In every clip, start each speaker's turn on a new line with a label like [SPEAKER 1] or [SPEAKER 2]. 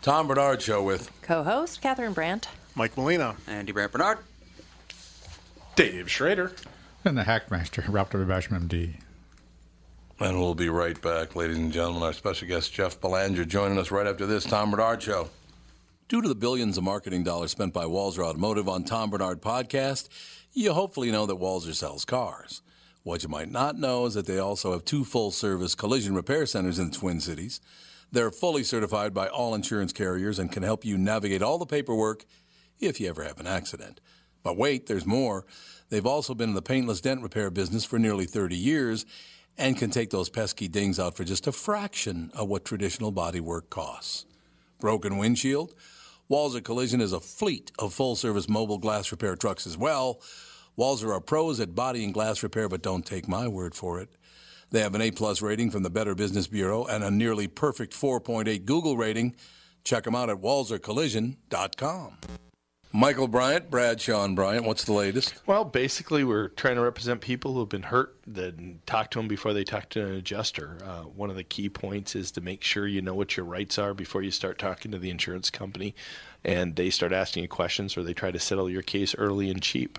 [SPEAKER 1] Tom Bernard Show with
[SPEAKER 2] co-host Catherine Brandt.
[SPEAKER 3] Mike Molina.
[SPEAKER 4] Andy Brandt Bernard.
[SPEAKER 3] Dave Schrader.
[SPEAKER 5] And the Hackmaster, Ralph W. Basham, MD.
[SPEAKER 1] And we'll be right back, ladies and gentlemen. Our special guest, Jeff Belanger, joining us right after this Tom Bernard Show. Due to the billions of marketing dollars spent by Walzer Automotive on Tom Bernard podcast, you hopefully know that Walzer sells cars. What you might not know is that they also have two full service collision repair centers in the Twin Cities. They're fully certified by all insurance carriers and can help you navigate all the paperwork if you ever have an accident. But wait, there's more. They've also been in the paintless dent repair business for nearly 30 years and can take those pesky dings out for just a fraction of what traditional bodywork costs. Broken windshield? Walzer Collision is a fleet of full service mobile glass repair trucks as well. Walzer are pros at body and glass repair, but don't take my word for it. They have an A plus rating from the Better Business Bureau and a nearly perfect 4.8 Google rating. Check them out at walzercollision.com. Michael Bryant, Brad Sean Bryant, what's the latest?
[SPEAKER 3] Well, basically, we're trying to represent people who have been hurt, then talk to them before they talk to an adjuster. Uh, one of the key points is to make sure you know what your rights are before you start talking to the insurance company and they start asking you questions or they try to settle your case early and cheap.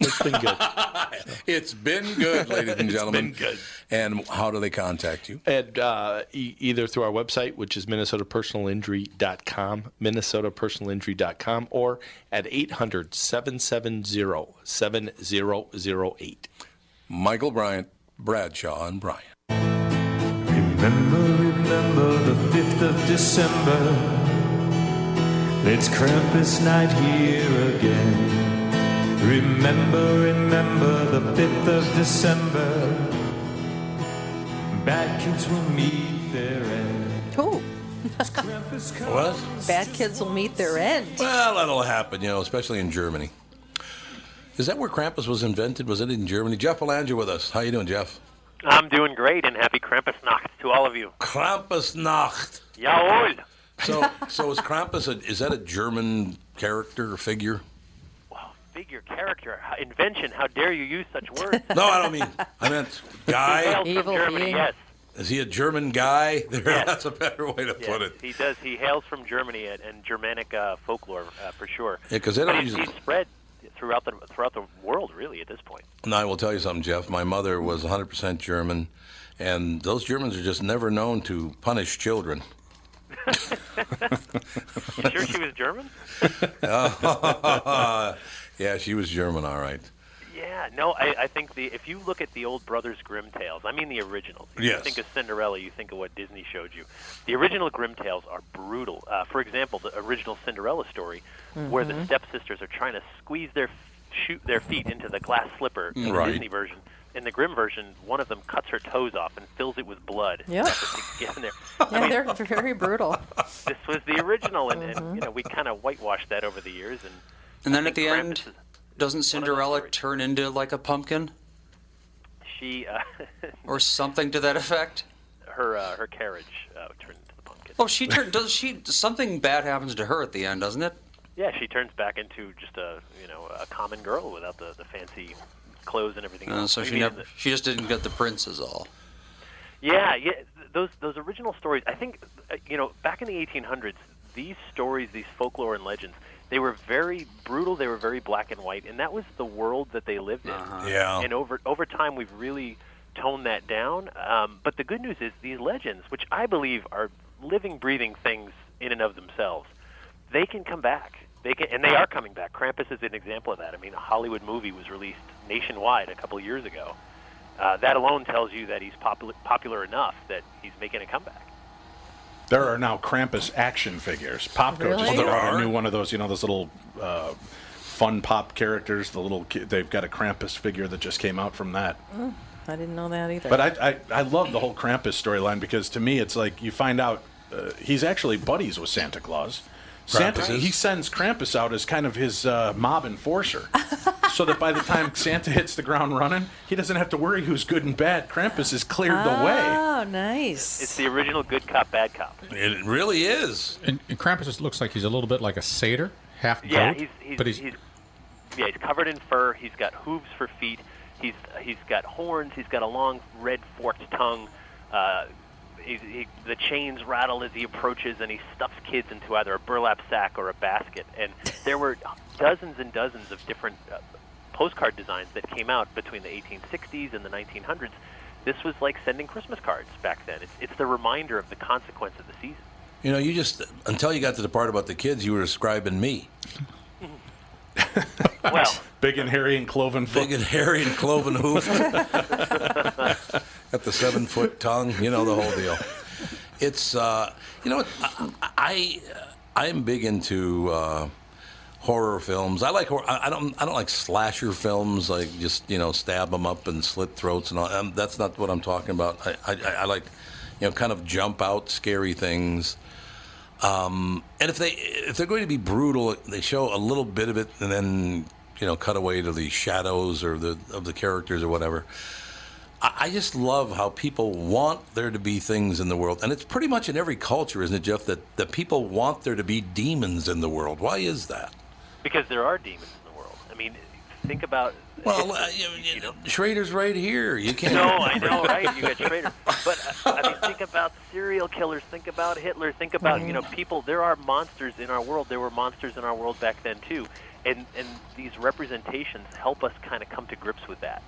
[SPEAKER 3] It's been good.
[SPEAKER 1] It's been good, ladies and gentlemen.
[SPEAKER 3] been good.
[SPEAKER 1] And how do they contact you?
[SPEAKER 3] And uh, e- either through our website, which is minnesotapersonalinjury.com, minnesotapersonalinjury.com, or at 800-770-7008.
[SPEAKER 1] Michael Bryant, Bradshaw, and Bryant.
[SPEAKER 6] Remember, remember the 5th of December. It's Krampus night here again. Remember, remember the 5th of December. Bad kids will meet their end.
[SPEAKER 2] Cool.
[SPEAKER 6] Krampus comes.
[SPEAKER 1] What?
[SPEAKER 2] Bad kids will meet their end.
[SPEAKER 1] Well, that'll happen, you know, especially in Germany. Is that where Krampus was invented? Was it in Germany? Jeff Belanger with us. How you doing, Jeff?
[SPEAKER 7] I'm doing great, and happy Krampusnacht to all of you.
[SPEAKER 1] Krampusnacht.
[SPEAKER 7] Jawohl.
[SPEAKER 1] So, so is Krampus? A, is that a German character or figure?
[SPEAKER 7] Wow, figure, character, h- invention. How dare you use such words?
[SPEAKER 1] No, I don't mean. I meant guy.
[SPEAKER 7] Hail from
[SPEAKER 2] Evil
[SPEAKER 7] Germany,
[SPEAKER 2] being.
[SPEAKER 7] yes.
[SPEAKER 1] Is he a German guy? There,
[SPEAKER 7] Yes.
[SPEAKER 1] That's a better way to
[SPEAKER 7] yes.
[SPEAKER 1] put it.
[SPEAKER 7] He does. He hails from Germany and, and Germanic uh, folklore uh, for sure.
[SPEAKER 1] Yeah, 'cause they
[SPEAKER 7] But
[SPEAKER 1] don't
[SPEAKER 7] he's,
[SPEAKER 1] use-
[SPEAKER 7] he's spread throughout the throughout the world, really, at this point.
[SPEAKER 1] And I will tell you something, Jeff. My mother was 100% German, and those Germans are just never known to punish children.
[SPEAKER 7] You sure she was German?
[SPEAKER 1] Yeah, she was German, all right.
[SPEAKER 7] Yeah. No, I, I think the if you look at the old Brothers Grimm tales, I mean the originals. If
[SPEAKER 1] Yes.
[SPEAKER 7] You think of Cinderella, you think of what Disney showed you. The original Grimm tales are brutal. Uh, for example, the original Cinderella story, where
[SPEAKER 2] Mm-hmm.
[SPEAKER 7] the stepsisters are trying to squeeze their shoot their feet into the glass slipper in
[SPEAKER 1] Right.
[SPEAKER 7] the Disney version. In the Grimm version, one of them cuts her toes off and fills it with blood.
[SPEAKER 2] Yep.
[SPEAKER 7] To get in there. I
[SPEAKER 2] Yeah,
[SPEAKER 7] mean,
[SPEAKER 2] they're Mm-hmm. very brutal.
[SPEAKER 7] this was the original, and, and you know we kind of whitewashed that over the years. And
[SPEAKER 4] And then
[SPEAKER 7] I
[SPEAKER 4] at the
[SPEAKER 7] think
[SPEAKER 4] end,
[SPEAKER 7] Krampus is-
[SPEAKER 4] doesn't Cinderella
[SPEAKER 7] stories.
[SPEAKER 4] turn into like a pumpkin
[SPEAKER 7] she uh,
[SPEAKER 4] or something to that effect?
[SPEAKER 7] her uh, her carriage uh, turned into the pumpkin.
[SPEAKER 4] Oh, she turn, does she? Something bad happens to her at the end, doesn't it?
[SPEAKER 7] Yeah, she turns back into just a you know a common girl without the, the fancy clothes and everything.
[SPEAKER 4] Uh,
[SPEAKER 7] else.
[SPEAKER 4] so
[SPEAKER 7] I
[SPEAKER 4] she
[SPEAKER 7] mean,
[SPEAKER 4] never.
[SPEAKER 7] the-
[SPEAKER 4] She just didn't get the prince is all.
[SPEAKER 7] Yeah, yeah. th- Those those original stories. I think uh, you know back in the 1800s, these stories, these folklore and legends, they were very brutal. They were very black and white, and that was the world that they lived in.
[SPEAKER 4] Uh-huh.
[SPEAKER 1] Yeah.
[SPEAKER 7] And over over time, we've really toned that down. Um, but the good news is these legends, which I believe are living, breathing things in and of themselves, they can come back. They can, and they are coming back. Krampus is an example of that. I mean, a Hollywood movie was released nationwide a couple years ago. Uh, that alone tells you that he's popular, popular enough that he's making a comeback.
[SPEAKER 8] There are now Krampus action figures. Popco
[SPEAKER 2] Really?
[SPEAKER 8] just
[SPEAKER 2] Oh,
[SPEAKER 8] put
[SPEAKER 2] there
[SPEAKER 8] out
[SPEAKER 1] are?
[SPEAKER 8] a new one of those, you know, those little uh, fun pop characters. The little ki- they've got a Krampus figure that just came out from that.
[SPEAKER 2] I didn't know that either.
[SPEAKER 8] But I, I I love the whole Krampus storyline because to me it's like you find out uh, he's actually buddies with Santa Claus. Santa
[SPEAKER 1] Krampus is?
[SPEAKER 8] he sends Krampus out as kind of his uh, mob enforcer, so that by the time Santa hits the ground running, he doesn't have to worry who's good and bad. Krampus has cleared the way.
[SPEAKER 2] oh, nice.
[SPEAKER 7] It's the original good cop, bad cop.
[SPEAKER 1] It really is.
[SPEAKER 5] And, and Krampus just looks like he's a little bit like a satyr, half goat,
[SPEAKER 7] Yeah, he's, he's,
[SPEAKER 5] but he's,
[SPEAKER 7] he's, yeah, he's covered in fur. He's got hooves for feet. He's he's got horns. He's got a long red forked tongue. Uh, he, he, the chains rattle as he approaches, and he stuffs kids into either a burlap sack or a basket. And there were dozens and dozens of different uh, postcard designs that came out between the 1860s and the 1900s. This was like sending Christmas cards back then. It's, it's the reminder of the consequence of the season.
[SPEAKER 1] You know, you just until you got to the part about the kids, you were describing me,
[SPEAKER 7] Well.
[SPEAKER 8] Big and hairy and cloven foot.
[SPEAKER 1] big and hairy and cloven hoofed, got the seven foot tongue. You know the whole deal. It's uh, you know what I, I I'm big into uh, horror films. I like horror. I I don't I don't like slasher films. Like just you know stab them up and slit throats and all. Um, that's not what I'm talking about. I, I I like you know kind of jump out scary things. And if they if they're going to be brutal, they show a little bit of it, and then you know cut away to the shadows or the of the characters or whatever. I, I just love how people want there to be things in the world, and it's pretty much in every culture, isn't it, Jeff? That that people want there to be demons in the world. Why is that?
[SPEAKER 7] Because there are demons in the world. I mean, think about.
[SPEAKER 1] Well, uh, you,
[SPEAKER 7] you know.
[SPEAKER 1] Schrader's right here. You can't.
[SPEAKER 7] No, I know, right? You got traitors, but uh, I mean, think about serial killers. Think about Hitler. Think about you know people. There are monsters in our world. There were monsters in our world back then too, and and these representations help us kind of come to grips with that.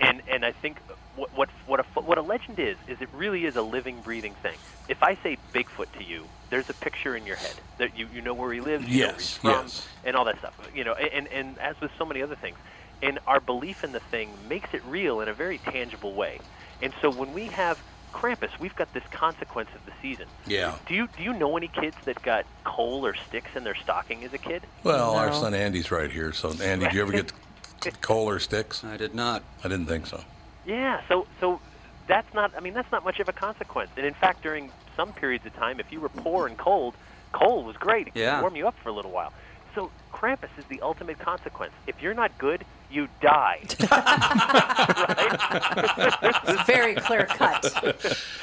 [SPEAKER 7] And and I think what what what a fo- what a legend is is it really is a living, breathing thing. If I say Bigfoot to you, there's a picture in your head that you you know where he lives, you know where
[SPEAKER 1] Yes,
[SPEAKER 7] he's from,
[SPEAKER 1] yes.
[SPEAKER 7] and all that stuff. You know, and and as with so many other things, and our belief in the thing makes it real in a very tangible way. And so when we have Krampus, we've got this consequence of the season.
[SPEAKER 1] Yeah.
[SPEAKER 7] Do you do you know any kids that got coal or sticks in their stocking as a kid?
[SPEAKER 1] Well, our
[SPEAKER 2] No.
[SPEAKER 1] son Andy's right here. So, Andy, did you ever get coal or sticks?
[SPEAKER 4] I did not.
[SPEAKER 1] I didn't think so.
[SPEAKER 7] Yeah. So so that's not. I mean, that's not much of a consequence. And in fact, during some periods of time, if you were poor and cold, coal was great. It
[SPEAKER 4] Yeah.
[SPEAKER 7] could warm you up for a little while. So Krampus is the ultimate consequence. If you're not good, you die.
[SPEAKER 2] It's very clear cut.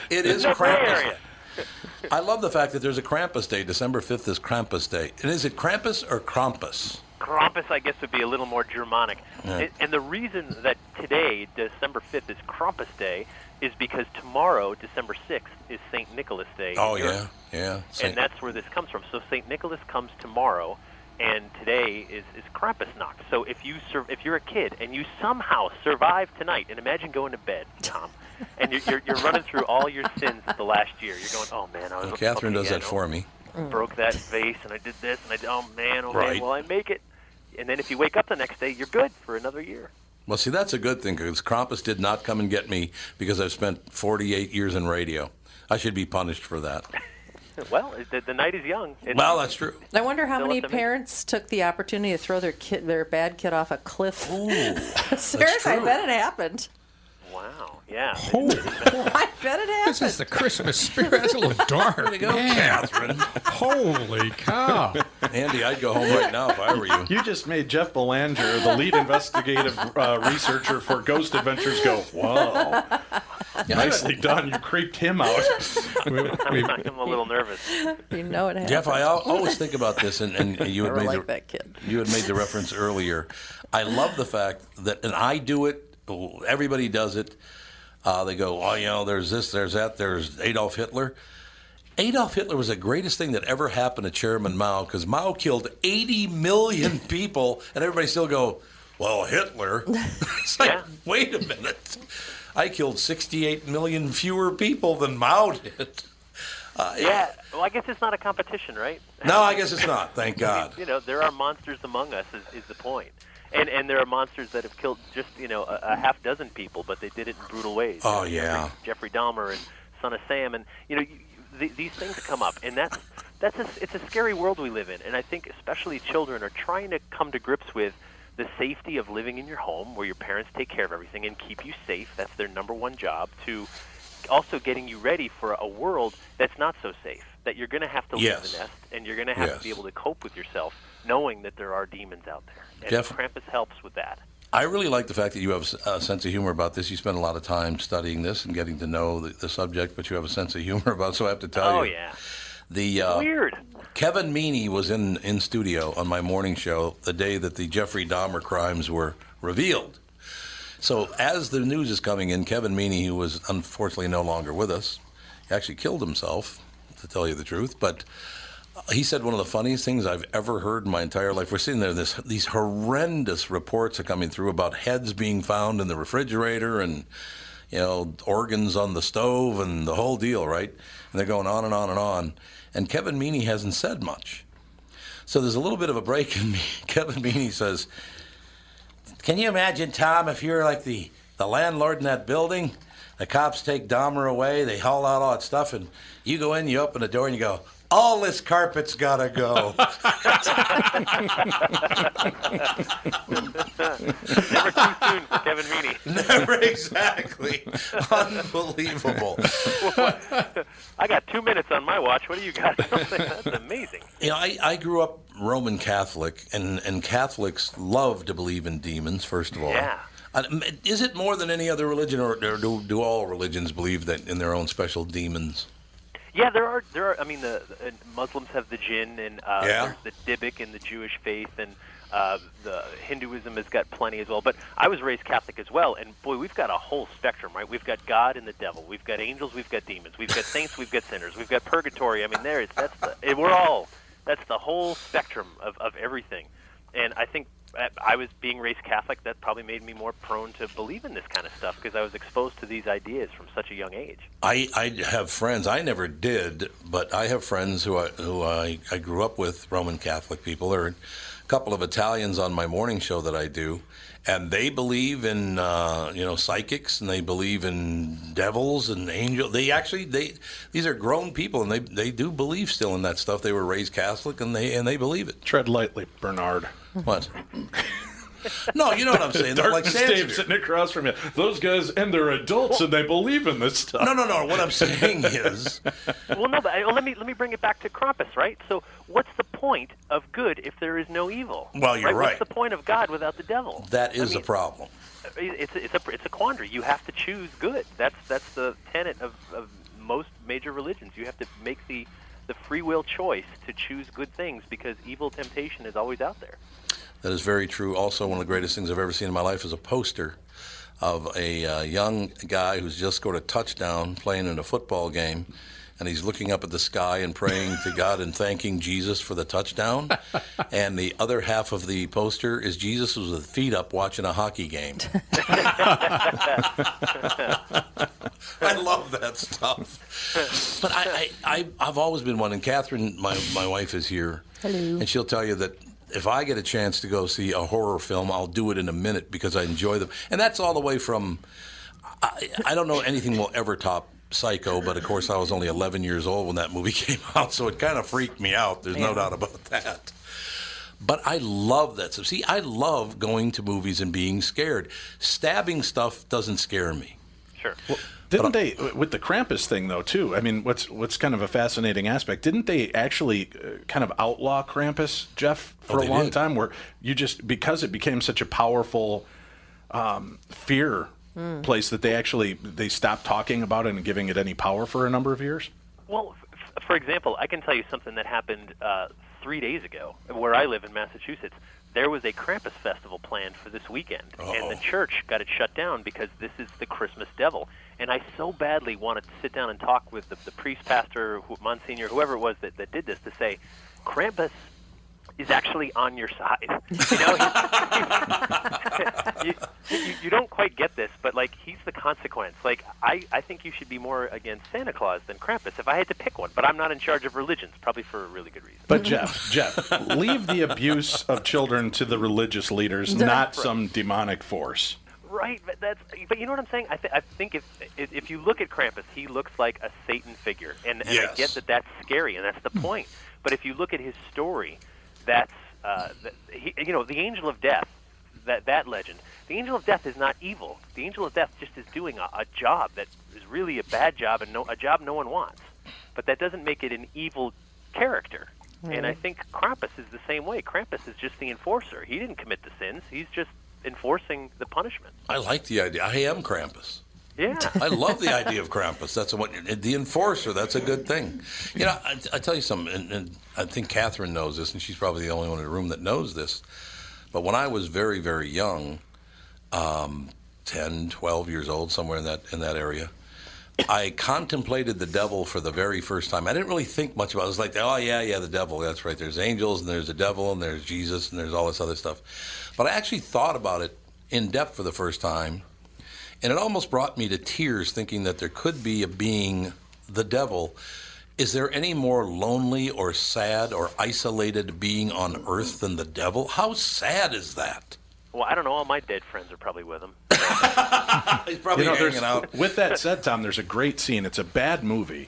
[SPEAKER 1] It is
[SPEAKER 7] That's my
[SPEAKER 1] Krampus.
[SPEAKER 7] area.
[SPEAKER 1] I love the fact that there's a Krampus Day. December 5th is Krampus Day. And is it Krampus or Krampus?
[SPEAKER 7] Krampus, I guess, would be a little more Germanic. And, and the reason that today, December 5th, is Krampus Day is because tomorrow, December 6th, is St. Nicholas Day. in
[SPEAKER 1] Oh,
[SPEAKER 7] Europe.
[SPEAKER 1] yeah. Yeah.
[SPEAKER 7] And that's where this comes from. So St. Nicholas comes tomorrow, and today is, is Krampusnacht. So if, you sur- if you're a kid and you somehow survive tonight, and imagine going to bed, Tom, and you're, you're, you're running through all your sins of the last year. You're going, oh, man, I was
[SPEAKER 1] Well, Catherine
[SPEAKER 7] okay,
[SPEAKER 1] does
[SPEAKER 7] yeah,
[SPEAKER 1] that
[SPEAKER 7] no,
[SPEAKER 1] for me.
[SPEAKER 7] broke that vase and I did this and I did, oh man, oh
[SPEAKER 1] Right.
[SPEAKER 7] man, will I make it? And then if you wake up the next day, you're good for another year.
[SPEAKER 1] Well, see, that's a good thing because Krampus did not come and get me because I've spent 48 years in radio. I should be punished for that.
[SPEAKER 7] Well, it- the, the night is young. It's,
[SPEAKER 1] Well, that's true.
[SPEAKER 2] I wonder how
[SPEAKER 7] Still
[SPEAKER 2] many
[SPEAKER 7] up to me.
[SPEAKER 2] parents took the opportunity to throw their kid, their bad kid off a cliff.
[SPEAKER 1] Ooh.
[SPEAKER 2] Seriously, I
[SPEAKER 1] true.
[SPEAKER 2] bet it happened.
[SPEAKER 7] wow, yeah.
[SPEAKER 2] I bet it happened.
[SPEAKER 5] This is the Christmas spirit. That's a little dark. Man,
[SPEAKER 1] Catherine.
[SPEAKER 5] holy cow.
[SPEAKER 1] Andy, I'd go home right now if I were you.
[SPEAKER 8] You just made Jeff Belanger, the lead investigative uh, researcher for Ghost Adventures, go, whoa. Nicely done. You creeped him out.
[SPEAKER 5] We- we-
[SPEAKER 7] I'm a little nervous.
[SPEAKER 2] You know it happened.
[SPEAKER 1] Jeff, I al- always think about this, and, and you
[SPEAKER 2] Or
[SPEAKER 1] had made
[SPEAKER 2] like
[SPEAKER 1] the,
[SPEAKER 2] that kid.
[SPEAKER 1] You had made the reference earlier. I love the fact that, and I do it. Everybody does it. Uh, they go, oh, you know, there's this, there's that, there's Adolf Hitler. Adolf Hitler was the greatest thing that ever happened to Chairman Mao because Mao killed 80 million people, and everybody still go, well, Hitler. it's like,
[SPEAKER 7] Yeah.
[SPEAKER 1] wait a minute. I killed 68 million fewer people than Mao did. Uh,
[SPEAKER 7] Yeah. Well, I guess it's not a competition, right?
[SPEAKER 1] No, I guess it's not. Thank God.
[SPEAKER 7] You know, there are monsters among us is, is the point. And, and there are monsters that have killed just, you know, a, a half dozen people, but they did it in brutal ways.
[SPEAKER 1] Oh,
[SPEAKER 7] You know,
[SPEAKER 1] yeah.
[SPEAKER 7] Jeffrey, Jeffrey Dahmer and Son of Sam. And, you know, you, you- th- these things come up, and that's that's a, it's a scary world we live in. And I think especially children are trying to come to grips with the safety of living in your home, where your parents take care of everything and keep you safe. That's their number one job. To also getting you ready for a world that's not so safe. That you're going to have to leave
[SPEAKER 1] Yes.
[SPEAKER 7] the nest, and you're going to have
[SPEAKER 1] Yes.
[SPEAKER 7] to be able to cope with yourself, knowing that there are demons out there. And
[SPEAKER 1] Jeff-
[SPEAKER 7] Krampus helps with that.
[SPEAKER 1] I really like the fact that you have a sense of humor about this. You spend a lot of time studying this and getting to know the, the subject, but you have a sense of humor about. it, So I have to tell
[SPEAKER 7] Oh
[SPEAKER 1] you,
[SPEAKER 7] yeah,
[SPEAKER 1] the uh,
[SPEAKER 7] weird.
[SPEAKER 1] Kevin Meaney was in in studio on my morning show the day that the Jeffrey Dahmer crimes were revealed. So as the news is coming in, Kevin Meaney, who was unfortunately no longer with us, actually killed himself, to tell you the truth. But uh, he said one of the funniest things I've ever heard in my entire life. We're sitting there, this, these horrendous reports are coming through about heads being found in the refrigerator and you know organs on the stove and the whole deal, right? And they're going on and on and on. And Kevin Meaney hasn't said much. So there's a little bit of a break, and Kevin Meaney says, "Can you imagine, Tom, if you're like the the landlord in that building? The cops take Dahmer away, they haul out all that stuff, and you go in, you open the door, and you go." All this carpet's gotta go.
[SPEAKER 7] Never too soon for Kevin Meaney.
[SPEAKER 1] Never exactly. Unbelievable.
[SPEAKER 7] I got two minutes on my watch. What do you got? That's amazing.
[SPEAKER 1] You know, I, I grew up Roman Catholic, and, and Catholics love to believe in demons, first of all.
[SPEAKER 7] Yeah.
[SPEAKER 1] Uh, m- Is it more than any other religion, or, or do, do all religions believe that in their own special demons?
[SPEAKER 7] Yeah, there are there are. I mean, the, the Muslims have the jinn, and uh,
[SPEAKER 1] Yeah.
[SPEAKER 7] there's the Dybbuk in the Jewish faith, and uh, the Hinduism has got plenty as well. But I was raised Catholic as well, and boy, we've got a whole spectrum, right? We've got God and the devil, we've got angels, we've got demons, we've got saints, we've got sinners, we've got purgatory. I mean, there is that's the and we're all that's the whole spectrum of of everything, and I think. uh, I was being raised Catholic. That probably made me more prone to believe in this kind of stuff because I was exposed to these ideas from such a young age.
[SPEAKER 1] I, I have friends. I never did, but I have friends who I, who I, I grew up with, Roman Catholic people. There are a couple of Italians on my morning show that I do, and they believe in uh, you know psychics and they believe in devils and angels. They actually they these are grown people and they they do believe still in that stuff. They were raised Catholic and they and they believe it.
[SPEAKER 8] Tread lightly, Bernard.
[SPEAKER 1] What? no, you know what I'm saying. They're like
[SPEAKER 8] Darkness Dave
[SPEAKER 1] Sanskrit.
[SPEAKER 8] sitting across from you. Those guys, and they're adults, and they believe in this stuff.
[SPEAKER 1] No, no, no. What I'm saying is.
[SPEAKER 7] well, no, but I, let me let me bring it back to Krampus, right? So, what's the point of good if there is no evil?
[SPEAKER 1] Well, you're right.
[SPEAKER 7] What's the point of God without the devil?
[SPEAKER 1] That is
[SPEAKER 7] I mean, uh,
[SPEAKER 1] a problem.
[SPEAKER 7] It's a, it's a it's a quandary. You have to choose good. That's that's the tenet of, of most major religions. You have to make the the free will choice to choose good things because evil temptation is always out there.
[SPEAKER 1] That is very true. Also, one of the greatest things I've ever seen in my life is a poster of a uh, young guy who's just scored a touchdown playing in a football game. And he's looking up at the sky and praying to God and thanking Jesus for the touchdown. And the other half of the poster is Jesus with his feet up watching a hockey game. I love that stuff. But I, I, I, I've always been one. And Catherine, my, my wife, is here.
[SPEAKER 2] Hello.
[SPEAKER 1] And she'll tell you that if I get a chance to go see a horror film, I'll do it in a minute because I enjoy them. And that's all the way from. I, I don't know anything will ever top Psycho, but of course I was only 11 years old when that movie came out, so it kind of freaked me out. There's no
[SPEAKER 2] Yeah.
[SPEAKER 1] doubt about that. But I love that. So see, I love going to movies and being scared. Stabbing stuff doesn't scare me.
[SPEAKER 7] Sure.
[SPEAKER 8] Didn't they with the Krampus thing though too? I mean, what's what's kind of a fascinating aspect? Didn't they actually uh, kind of outlaw Krampus, Jeff, for
[SPEAKER 1] Oh,
[SPEAKER 8] a
[SPEAKER 1] they
[SPEAKER 8] long
[SPEAKER 1] did.
[SPEAKER 8] time? Where you just because it became such a powerful um, fear place that they actually they stopped talking about it and giving it any power for a number of years.
[SPEAKER 7] Well, f- for example, I can tell you something that happened uh, three days ago where I live in Massachusetts. There was a Krampus festival planned for this weekend, and the church got it shut down because this is the Christmas devil. And I so badly wanted to sit down and talk with the, the priest, pastor, who, Monsignor, whoever it was that, that did this, to say, Krampus is actually on your side. You know, he's- you, you, you don't quite get this, but like he's the consequence. Like I, I think you should be more against Santa Claus than Krampus if I had to pick one. But I'm not in charge of religions, probably for a really good reason.
[SPEAKER 8] But Jeff, Jeff, leave the abuse of children to the religious leaders, not some demonic force.
[SPEAKER 7] Right, but that's. But you know what I'm saying? I, th- I think if, if if you look at Krampus, he looks like a Satan figure, and, and I get
[SPEAKER 1] Yes.
[SPEAKER 7] that that's scary, and that's the point. But if you look at his story, that's uh, that he, you know the angel of death, that that legend. The angel of death is not evil. The angel of death just is doing a, a job that is really a bad job and no a job no one wants. But that doesn't make it an evil character. And I
[SPEAKER 2] Right.
[SPEAKER 7] think Krampus is the same way. Krampus is just the enforcer. He didn't commit the sins. He's just enforcing the punishment.
[SPEAKER 1] I like the idea. I am Krampus.
[SPEAKER 7] Yeah.
[SPEAKER 1] I love the idea of Krampus. That's what the enforcer. That's a good thing. You know, I, I tell you something, and, and I think Catherine knows this, and she's probably the only one in the room that knows this. But when I was very, very young, um, 10, 12 years old, somewhere in that in that area, I contemplated the devil for the very first time. I didn't really think much about it. I was like, oh, yeah, yeah, the devil. That's right. There's angels, and there's a devil, and there's Jesus, and there's all this other stuff. But I actually thought about it in depth for the first time. And it almost brought me to tears thinking that there could be a being, the devil. Is there any more lonely or sad or isolated being on earth than the devil? How sad is that?
[SPEAKER 7] Well, I don't know. All my dead friends are probably with him.
[SPEAKER 1] He's probably
[SPEAKER 8] You know, there's-
[SPEAKER 1] hanging out.
[SPEAKER 8] With that said, Tom, there's a great scene. It's a bad movie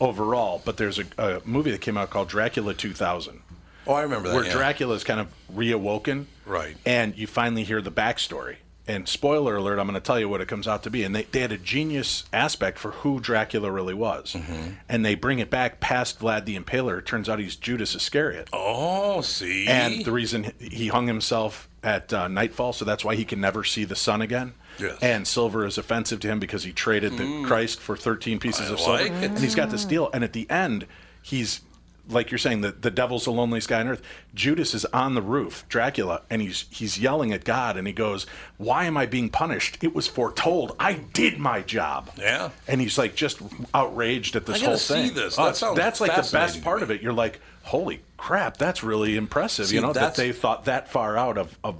[SPEAKER 8] overall, but there's a, a movie that came out called Dracula 2000,
[SPEAKER 1] Oh, I remember that.
[SPEAKER 8] where
[SPEAKER 1] yeah.
[SPEAKER 8] Dracula is kind of reawoken,
[SPEAKER 1] Right.
[SPEAKER 8] And you finally hear the backstory. And spoiler alert, I'm going to tell you what it comes out to be. And they, they had a genius aspect for who Dracula really was,
[SPEAKER 1] Mm-hmm.
[SPEAKER 8] and they bring it back past Vlad the Impaler. It turns out he's Judas Iscariot.
[SPEAKER 1] Oh, see?
[SPEAKER 8] And the reason he hung himself at uh, nightfall, so that's why he can never see the sun again.
[SPEAKER 1] Yes. Mm.
[SPEAKER 8] And silver is offensive to him because he traded the Christ for 13 pieces
[SPEAKER 1] I
[SPEAKER 8] of silver.
[SPEAKER 1] like it.
[SPEAKER 8] And he's got this deal. And at the end, he's, like you're saying, the, the devil's the loneliest guy on earth. Judas is on the roof, Dracula, and he's, he's yelling at God and he goes, Why am I being punished? It was foretold. I did my job.
[SPEAKER 1] Yeah.
[SPEAKER 8] And he's like just outraged at this
[SPEAKER 1] I gotta
[SPEAKER 8] whole
[SPEAKER 1] see
[SPEAKER 8] thing.
[SPEAKER 1] this.
[SPEAKER 8] Oh,
[SPEAKER 1] That
[SPEAKER 8] it's-
[SPEAKER 1] sounds
[SPEAKER 8] that's like the
[SPEAKER 1] fascinating
[SPEAKER 8] best
[SPEAKER 1] to
[SPEAKER 8] part of
[SPEAKER 1] me.
[SPEAKER 8] it. You're like, holy crap, that's really impressive.
[SPEAKER 1] See,
[SPEAKER 8] you know that
[SPEAKER 1] that's-
[SPEAKER 8] they thought that far out of, of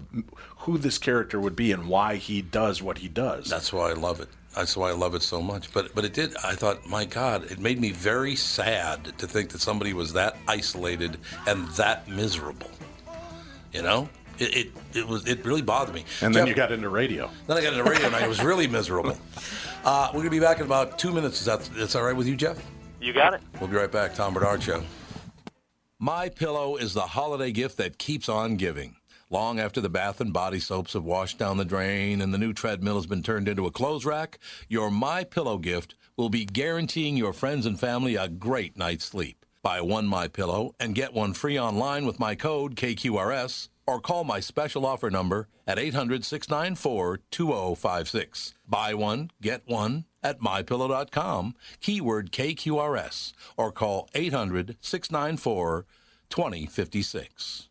[SPEAKER 8] who this character would be and why he does what he does.
[SPEAKER 1] That's why I love it. That's why I love it so much. But but it did. I thought, my God, it made me very sad to think that somebody was that isolated and that miserable. You know, it it, it was it really bothered me.
[SPEAKER 8] and then
[SPEAKER 1] Jeff-
[SPEAKER 8] you got into radio.
[SPEAKER 1] then I got into radio and I was really miserable. Uh, we're gonna be back in about two minutes. Is that that's all right with you, Jeff?
[SPEAKER 7] You got it.
[SPEAKER 1] We'll be right back. Tom Bernard Show. My Pillow is the holiday gift that keeps on giving. Long after the bath and body soaps have washed down the drain and the new treadmill has been turned into a clothes rack, your My Pillow gift will be guaranteeing your friends and family a great night's sleep. Buy one My Pillow and get one free online with my code KQRS or call my special offer number at 800-694-2056. Buy one, get one at mypillow.com, keyword KQRS, or call 800-694-2056.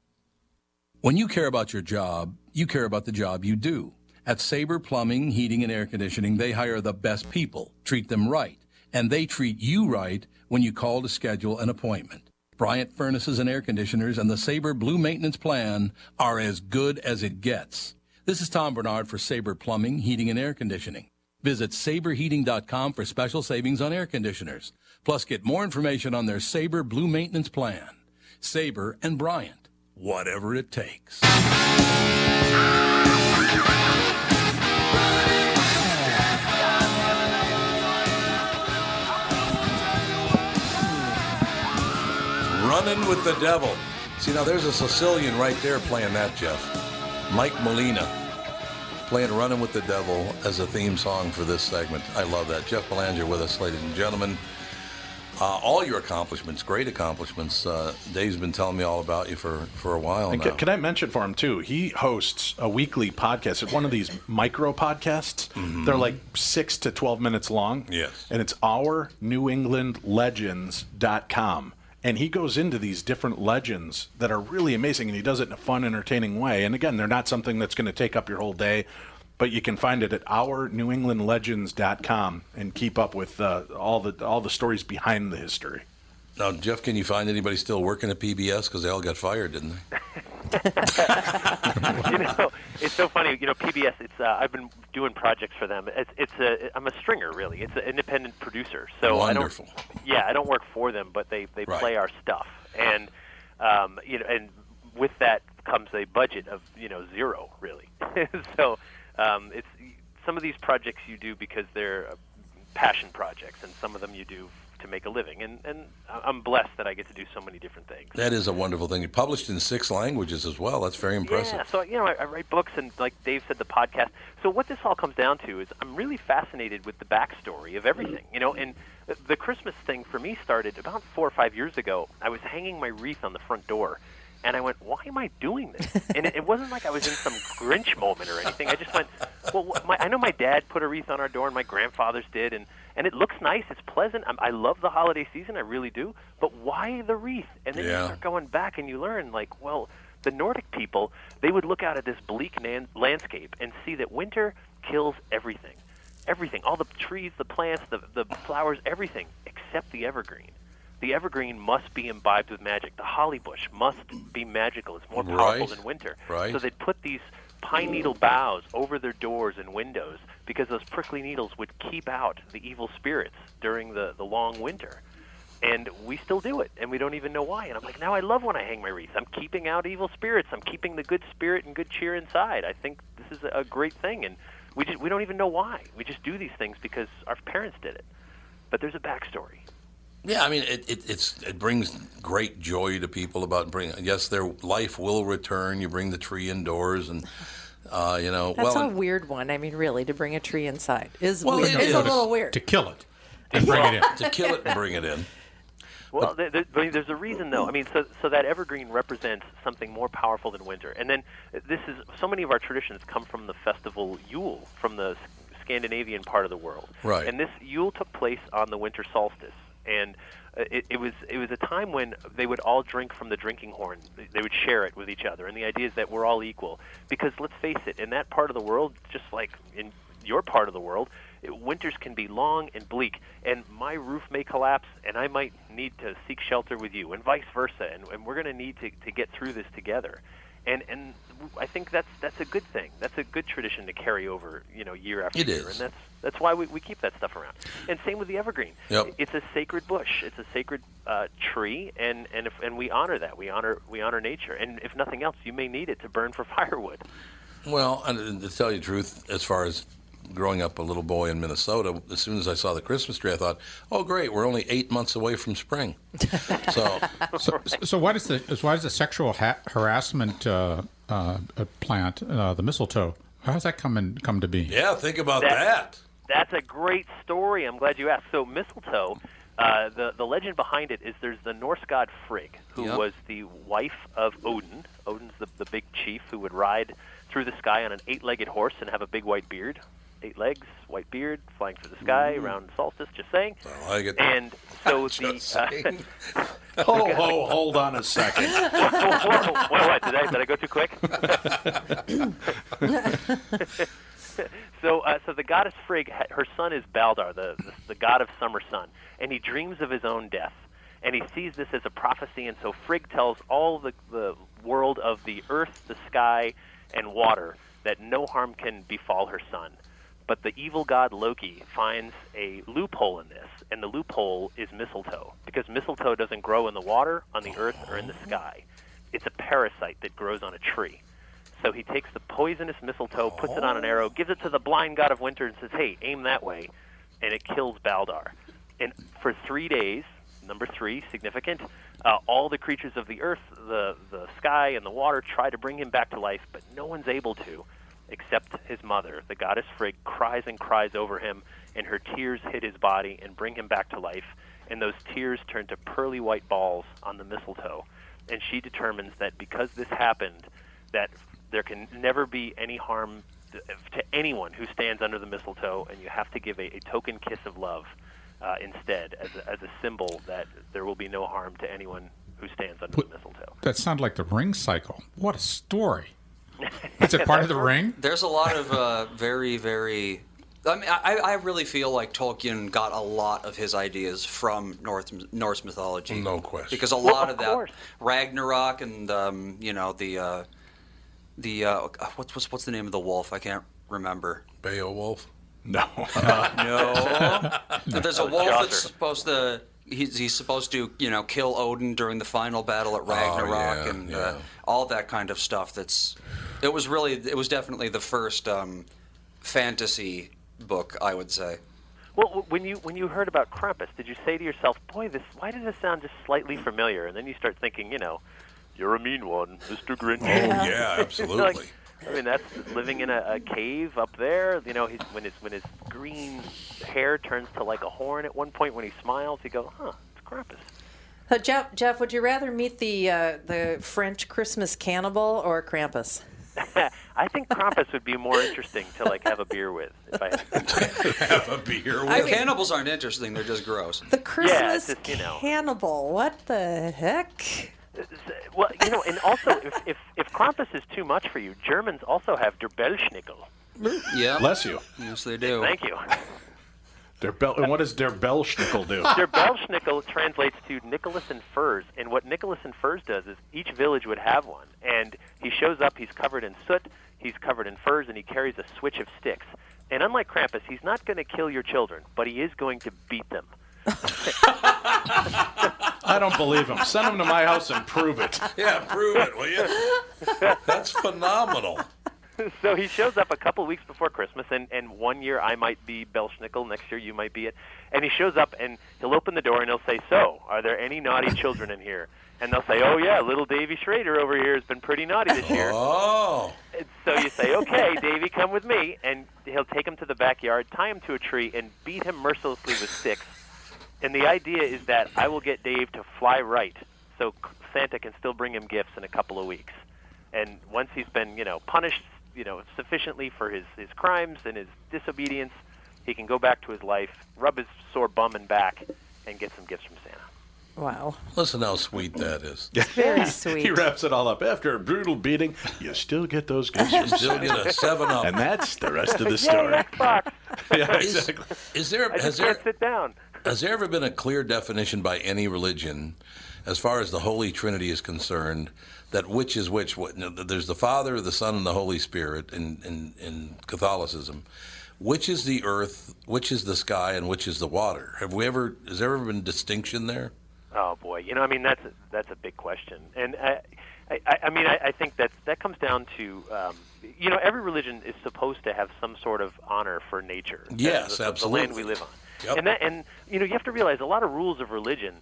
[SPEAKER 1] When you care about your job, you care about the job you do. At Sabre Plumbing, Heating and Air Conditioning, they hire the best people, treat them right, and they treat you right when you call to schedule an appointment. Bryant Furnaces and Air Conditioners and the Sabre Blue Maintenance Plan are as good as it gets. This is Tom Bernard for Sabre Plumbing, Heating and Air Conditioning. Visit saberheating.com for special savings on air conditioners. Plus, get more information on their Sabre Blue Maintenance Plan. Sabre and Bryant, whatever it takes. Running with the Devil. See, now there's a Sicilian right there playing that, Jeff. Mike Molina playing Running with the Devil as a theme song for this segment. I love that. Jeff Belanger with us, ladies and gentlemen. Uh, all your accomplishments, great accomplishments. Uh, Dave's been telling me all about you for, for a while
[SPEAKER 8] And
[SPEAKER 1] now.
[SPEAKER 8] ca- can I mention for him too? He hosts a weekly podcast. It's one of these micro podcasts. They're like six to twelve minutes long.
[SPEAKER 1] Yes.
[SPEAKER 8] And it's our New England Legends.com. And he goes into these different legends that are really amazing and he does it in a fun, entertaining way. And again, they're not something that's gonna take up your whole day. But you can find it at our New England Legends.com and keep up with uh, all the all the stories behind the history.
[SPEAKER 1] Now, Jeff, can you find anybody still working at PBS? Because they all got fired, didn't they?
[SPEAKER 7] you know, it's so funny. You know, PBS. It's uh, I've been doing projects for them. It's it's a I'm a stringer really. It's an independent producer. So
[SPEAKER 1] Wonderful.
[SPEAKER 7] I don't. Yeah, I don't work for them, but they they
[SPEAKER 1] Right.
[SPEAKER 7] play our stuff, and um, you know, and with that comes a budget of you know zero really. so um, it's some of these projects you do because they're uh, passion projects, and some of them you do to make a living. And and I- I'm blessed that I get to do so many different things.
[SPEAKER 1] That is a wonderful thing. You published in six languages as well. That's very impressive.
[SPEAKER 7] Yeah, so you know, I, I write books, and like Dave said, the podcast. So what this all comes down to is, I'm really fascinated with the backstory of everything, you know. And th- the Christmas thing for me started about four or five years ago. I was hanging my wreath on the front door, and I went, "Why am I doing this?" And it, it wasn't like I was in some Grinch moment or anything. I just went, "Well, wh- my, I know my dad put a wreath on our door, and my grandfathers did, and." And it looks nice. It's pleasant. i I love the holiday season. I really do. But why the wreath? And then
[SPEAKER 1] Yeah.
[SPEAKER 7] you start going back and you learn, like, well, the Nordic people, they would look out at this bleak nan- landscape and see that winter kills everything. Everything. All the trees, the plants, the, the flowers, everything, except the evergreen. The evergreen must be imbibed with magic. The holly bush must be magical. It's more powerful
[SPEAKER 1] Right.
[SPEAKER 7] than winter.
[SPEAKER 1] Right.
[SPEAKER 7] So they'd put these pine needle boughs over their doors and windows because those prickly needles would keep out the evil spirits during the, the long winter. And we still do it, and we don't even know why. And I'm like, now I love when I hang my wreath. I'm keeping out evil spirits. I'm keeping the good spirit and good cheer inside. I think this is a- a great thing, and we just we don't even know why. We just do these things because our parents did it. But there's a backstory.
[SPEAKER 1] Yeah, I mean, it, it it's it brings great joy to people about bring. Yes, their life will return. You bring the tree indoors, and uh, you know,
[SPEAKER 2] That's
[SPEAKER 1] well,
[SPEAKER 2] a weird one. I mean, really, to bring a tree inside is
[SPEAKER 1] Well,
[SPEAKER 2] weird.
[SPEAKER 1] it
[SPEAKER 2] It's a
[SPEAKER 1] is.
[SPEAKER 2] little weird.
[SPEAKER 5] To kill it and bring it in.
[SPEAKER 1] to kill it and bring it in.
[SPEAKER 7] Well, there, there, I mean, there's a reason though. I mean, so so that evergreen represents something more powerful than winter. And then uh, this is so many of our traditions come from the festival Yule from the S- Scandinavian part of the world.
[SPEAKER 1] Right.
[SPEAKER 7] And this Yule took place on the winter solstice, and uh, it, it was it was a time when they would all drink from the drinking horn. They- They would share it with each other, and the idea is that we're all equal. Because let's face it, in that part of the world, just like in your part of the world, it, winters can be long and bleak, and my roof may collapse, and I might need to seek shelter with you, and vice versa, and, and we're going to need to to get through this together. And and I think that's that's a good thing. That's a good tradition to carry over, you know, year after
[SPEAKER 1] It
[SPEAKER 7] year.
[SPEAKER 1] is.
[SPEAKER 7] And that's that's why we, we keep that stuff around. And same with the evergreen.
[SPEAKER 1] Yep.
[SPEAKER 7] It's a sacred bush. It's a sacred uh, tree, and and if, and we honor that. We honor we honor nature. And if nothing else, you may need it to burn for firewood.
[SPEAKER 1] Well, and to tell you the truth, as far as growing up a little boy in Minnesota, as soon as I saw the Christmas tree, I thought, "Oh, great, we're only eight months away from spring." so,
[SPEAKER 5] So, so why does the so why does the sexual ha- harassment uh, uh, uh, plant uh, the mistletoe? How does that come in, come to be?
[SPEAKER 1] yeah, think about that.
[SPEAKER 7] That- That's a great story. I'm glad you asked. So mistletoe, uh, the the legend behind it is there's the Norse god Frigg, who
[SPEAKER 4] Yep.
[SPEAKER 7] was the wife of Odin. Odin's the, the big chief who would ride through the sky on an eight-legged horse and have a big white beard, eight legs, white beard, flying through the sky around solstice. Just saying.
[SPEAKER 1] I like it.
[SPEAKER 7] And so
[SPEAKER 1] Just
[SPEAKER 7] the uh,
[SPEAKER 1] saying.
[SPEAKER 8] Ho, Oh, ho, hold on a second.
[SPEAKER 7] whoa, whoa, whoa, whoa, what, did I did I go too quick? so uh, so the goddess Frigg, ha- her son is Baldar, the, the the god of summer sun, and he dreams of his own death, and he sees this as a prophecy, and so Frigg tells all the the world of the earth, the sky, and water that no harm can befall her son. But the evil god Loki finds a loophole in this, and the loophole is mistletoe, because mistletoe doesn't grow in the water, on the earth, or in the sky. It's a parasite that grows on a tree. So he takes the poisonous mistletoe, puts it on an arrow, gives it to the blind god of winter, and says, "Hey, aim that way," and it kills Baldar. And for three days, number three, significant, uh, all the creatures of the earth, the the sky, and the water try to bring him back to life, but no one's able to, except his mother, the goddess Frigg, cries and cries over him, and her tears hit his body and bring him back to life. And those tears turn to pearly white balls on the mistletoe. And she determines that because this happened, that there can never be any harm to to anyone who stands under the mistletoe, and you have to give a, a token kiss of love uh, instead as a, as a symbol that there will be no harm to anyone who stands under the mistletoe.
[SPEAKER 5] That sounds like the ring cycle. What a story! Is it part of the ring?
[SPEAKER 4] There's a lot of uh, very, very. I mean, I, I really feel like Tolkien got a lot of his ideas from North, Norse mythology.
[SPEAKER 1] No question.
[SPEAKER 4] Because a lot
[SPEAKER 7] of
[SPEAKER 4] of that
[SPEAKER 7] course.
[SPEAKER 4] Ragnarok and um, you know the uh, the uh, what's what's what's the name of the wolf? I can't remember.
[SPEAKER 1] Beowulf.
[SPEAKER 8] No.
[SPEAKER 4] No. There's a wolf that's
[SPEAKER 7] Chaucer.
[SPEAKER 4] supposed to. He's, he's supposed to, you know, kill Odin during the final battle at Ragnarok
[SPEAKER 1] Oh, yeah,
[SPEAKER 4] and
[SPEAKER 1] yeah.
[SPEAKER 4] Uh, all that kind of stuff. That's. It was really. It was definitely the first um, fantasy book, I would say.
[SPEAKER 7] Well, w- when you when you heard about Krampus, did you say to yourself, "Boy, this why does this sound just slightly familiar?" And then you start thinking, you know, "You're a mean one, Mr. Grinch." Oh
[SPEAKER 1] yeah, absolutely.
[SPEAKER 7] I mean, that's living in a, a cave up there. You know, his, when his when his green hair turns to like a horn at one point when he smiles, you go, "Huh, it's Krampus."
[SPEAKER 2] Uh, Jeff, Jeff, would you rather meet the uh, the French Christmas cannibal or Krampus?
[SPEAKER 7] I think Krampus would be more interesting to like have a beer with. If I had to.
[SPEAKER 1] Have a beer.
[SPEAKER 4] I cannibals aren't interesting; they're just gross.
[SPEAKER 2] The Christmas
[SPEAKER 7] just, you know.
[SPEAKER 2] cannibal. What the heck?
[SPEAKER 7] well, you know, and also if if if Krampus is too much for you, Germans also have der Belschnickel.
[SPEAKER 4] Yeah.
[SPEAKER 8] Bless you.
[SPEAKER 4] Yes, they do.
[SPEAKER 7] Thank you.
[SPEAKER 8] Der Bel- and what does Der Belschnickel do?
[SPEAKER 7] Der Belschnickel translates to Nicholas and Furs, and what Nicholas and Furs does is each village would have one, and he shows up, he's covered in soot, he's covered in furs, and he carries a switch of sticks. And unlike Krampus, he's not going to kill your children, but he is going to beat them.
[SPEAKER 8] I don't believe him. Send him to my house and prove it.
[SPEAKER 1] Yeah, prove it, will you? That's phenomenal.
[SPEAKER 7] So he shows up a couple weeks before Christmas, and, and one year I might be Belschnickel, next year you might be it. And he shows up, and he'll open the door, and he'll say, So, are there any naughty children in here? And they'll say, Oh, yeah, little Davy Schrader over here has been pretty naughty this year.
[SPEAKER 1] Oh,
[SPEAKER 7] And so you say, okay, Davy, come with me, and he'll take him to the backyard, tie him to a tree, and beat him mercilessly with sticks. And the idea is that I will get Dave to fly right, so C- Santa can still bring him gifts in a couple of weeks. And once he's been, you know, punished, you know, sufficiently for his his crimes and his disobedience, he can go back to his life, rub his sore bum and back, and get some gifts from Santa.
[SPEAKER 2] Wow,
[SPEAKER 1] listen how sweet that is.
[SPEAKER 2] very sweet.
[SPEAKER 8] He wraps it all up. After a brutal beating, you still get those gifts from
[SPEAKER 1] Still
[SPEAKER 8] Santa.
[SPEAKER 1] get a seven up.
[SPEAKER 8] And that's the rest of the story.
[SPEAKER 7] Xbox,
[SPEAKER 8] Yeah,
[SPEAKER 1] Is-
[SPEAKER 8] exactly.
[SPEAKER 1] Is there
[SPEAKER 7] I
[SPEAKER 1] has
[SPEAKER 7] just
[SPEAKER 1] there
[SPEAKER 7] can't sit down.
[SPEAKER 1] has there ever been a clear definition by any religion, as far as the Holy Trinity is concerned, that which is which? What no, there's the Father, the Son, and the Holy Spirit in, in in Catholicism. Which is the earth? Which is the sky? And which is the water? Have we ever? Has there ever been distinction there?
[SPEAKER 7] Oh boy, you know, I mean, that's a, that's a big question, and I, I, I mean, I, I think that that comes down to, um, you know, every religion is supposed to have some sort of honor for nature.
[SPEAKER 1] Yes,
[SPEAKER 7] the, The land
[SPEAKER 1] absolutely.
[SPEAKER 7] we live on,
[SPEAKER 1] Yep.
[SPEAKER 7] and that, and you know, you have to realize a lot of rules of religion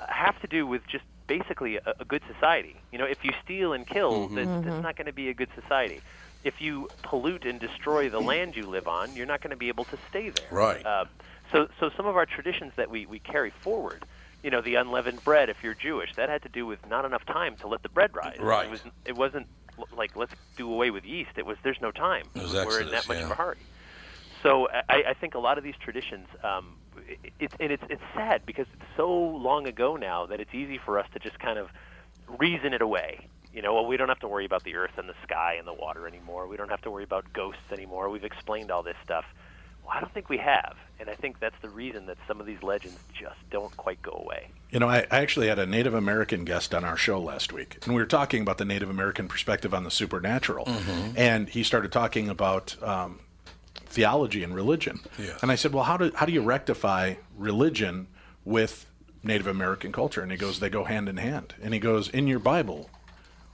[SPEAKER 7] uh, have to do with just basically a, a good society. You know, if you steal and kill,
[SPEAKER 1] Mm-hmm.
[SPEAKER 7] that's that's not going to be a good society. If you pollute and destroy the land you live on, you're not going to be able to stay there.
[SPEAKER 1] Mm-hmm. Right.
[SPEAKER 7] Uh, so, so some of our traditions that we, we carry forward, you know, the unleavened bread, if you're Jewish, that had to do with not enough time to let the bread rise.
[SPEAKER 1] Right.
[SPEAKER 7] It, was, it wasn't l- like, let's do away with yeast. It was, there's no time.
[SPEAKER 1] was
[SPEAKER 7] We're in
[SPEAKER 1] Exodus,
[SPEAKER 7] that much of
[SPEAKER 1] yeah.
[SPEAKER 7] a hurry. So I, I think a lot of these traditions, um, it, it, and it's, it's sad because it's so long ago now that it's easy for us to just kind of reason it away. You know, well, we don't have to worry about the earth and the sky and the water anymore. We don't have to worry about ghosts anymore. We've explained all this stuff. Well, I don't think we have, and I think that's the reason that some of these legends just don't quite go away.
[SPEAKER 8] You know, I, I actually had a Native American guest on our show last week, and we were talking about the Native American perspective on the supernatural.
[SPEAKER 1] Mm-hmm.
[SPEAKER 8] And he started talking about um, theology and religion.
[SPEAKER 1] Yes.
[SPEAKER 8] And I said, Well, how do, how do you rectify religion with Native American culture? And he goes, They go hand in hand. And he goes, In your Bible,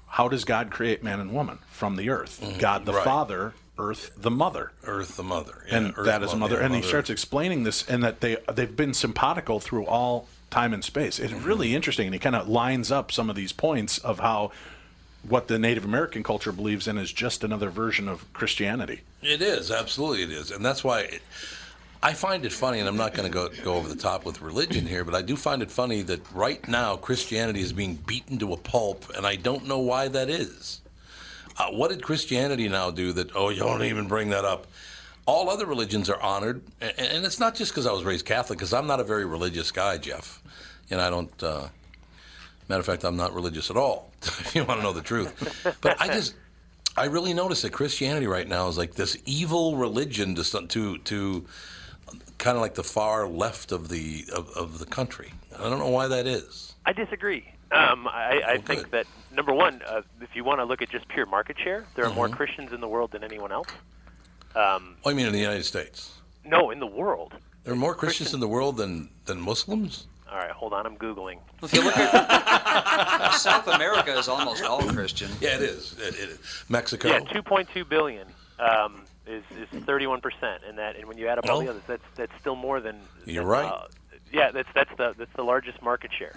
[SPEAKER 8] how does God create man and woman? From the earth. God the
[SPEAKER 1] Mm-hmm. right.
[SPEAKER 8] Father, earth the mother
[SPEAKER 1] Earth, the mother, Yeah,
[SPEAKER 8] and
[SPEAKER 1] earth,
[SPEAKER 8] that is mother.
[SPEAKER 1] yeah,
[SPEAKER 8] And he starts explaining this, and that they they've been simpatical through all time and space.
[SPEAKER 1] Mm-hmm.
[SPEAKER 8] It's really interesting, and he kind of lines up some of these points of how what the Native American culture believes in is just another version of Christianity.
[SPEAKER 1] It is absolutely it is, and that's why it, I find it funny. And I'm not going to go go over the top with religion here, but I do find it funny that right now Christianity is being beaten to a pulp, and I don't know why that is. Uh, what did Christianity now do that? Oh, you don't even bring that up. All other religions are honored, and, and it's not just because I was raised Catholic. Because I'm not a very religious guy, Jeff, and I don't. Uh, Matter of fact, I'm not religious at all, if you want to know the truth. But I just, I really notice that Christianity right now is like this evil religion to some- to to kind of like the far left of the of, of the country. I don't know why that is.
[SPEAKER 7] I disagree. Um, I, I think
[SPEAKER 1] good.
[SPEAKER 7] that number one, uh, if you want to look at just pure market share, there
[SPEAKER 1] Mm-hmm.
[SPEAKER 7] are more Christians in the world than anyone else.
[SPEAKER 1] Well, I mean, in the United States,
[SPEAKER 7] No, in the world.
[SPEAKER 1] there are more Christians in the world than than Muslims.
[SPEAKER 7] All right, hold on, I'm googling.
[SPEAKER 4] If you look at South America, is almost all Christian.
[SPEAKER 1] Yeah, it is. It, it is. Mexico.
[SPEAKER 7] Yeah, 2.2 billion. Um, is is 31 percent, and that and when you add up all the
[SPEAKER 1] Well.
[SPEAKER 7] others, that's that's still more than
[SPEAKER 1] Oh. You're
[SPEAKER 7] than,
[SPEAKER 1] right.
[SPEAKER 7] uh, yeah, that's that's the that's the largest market share.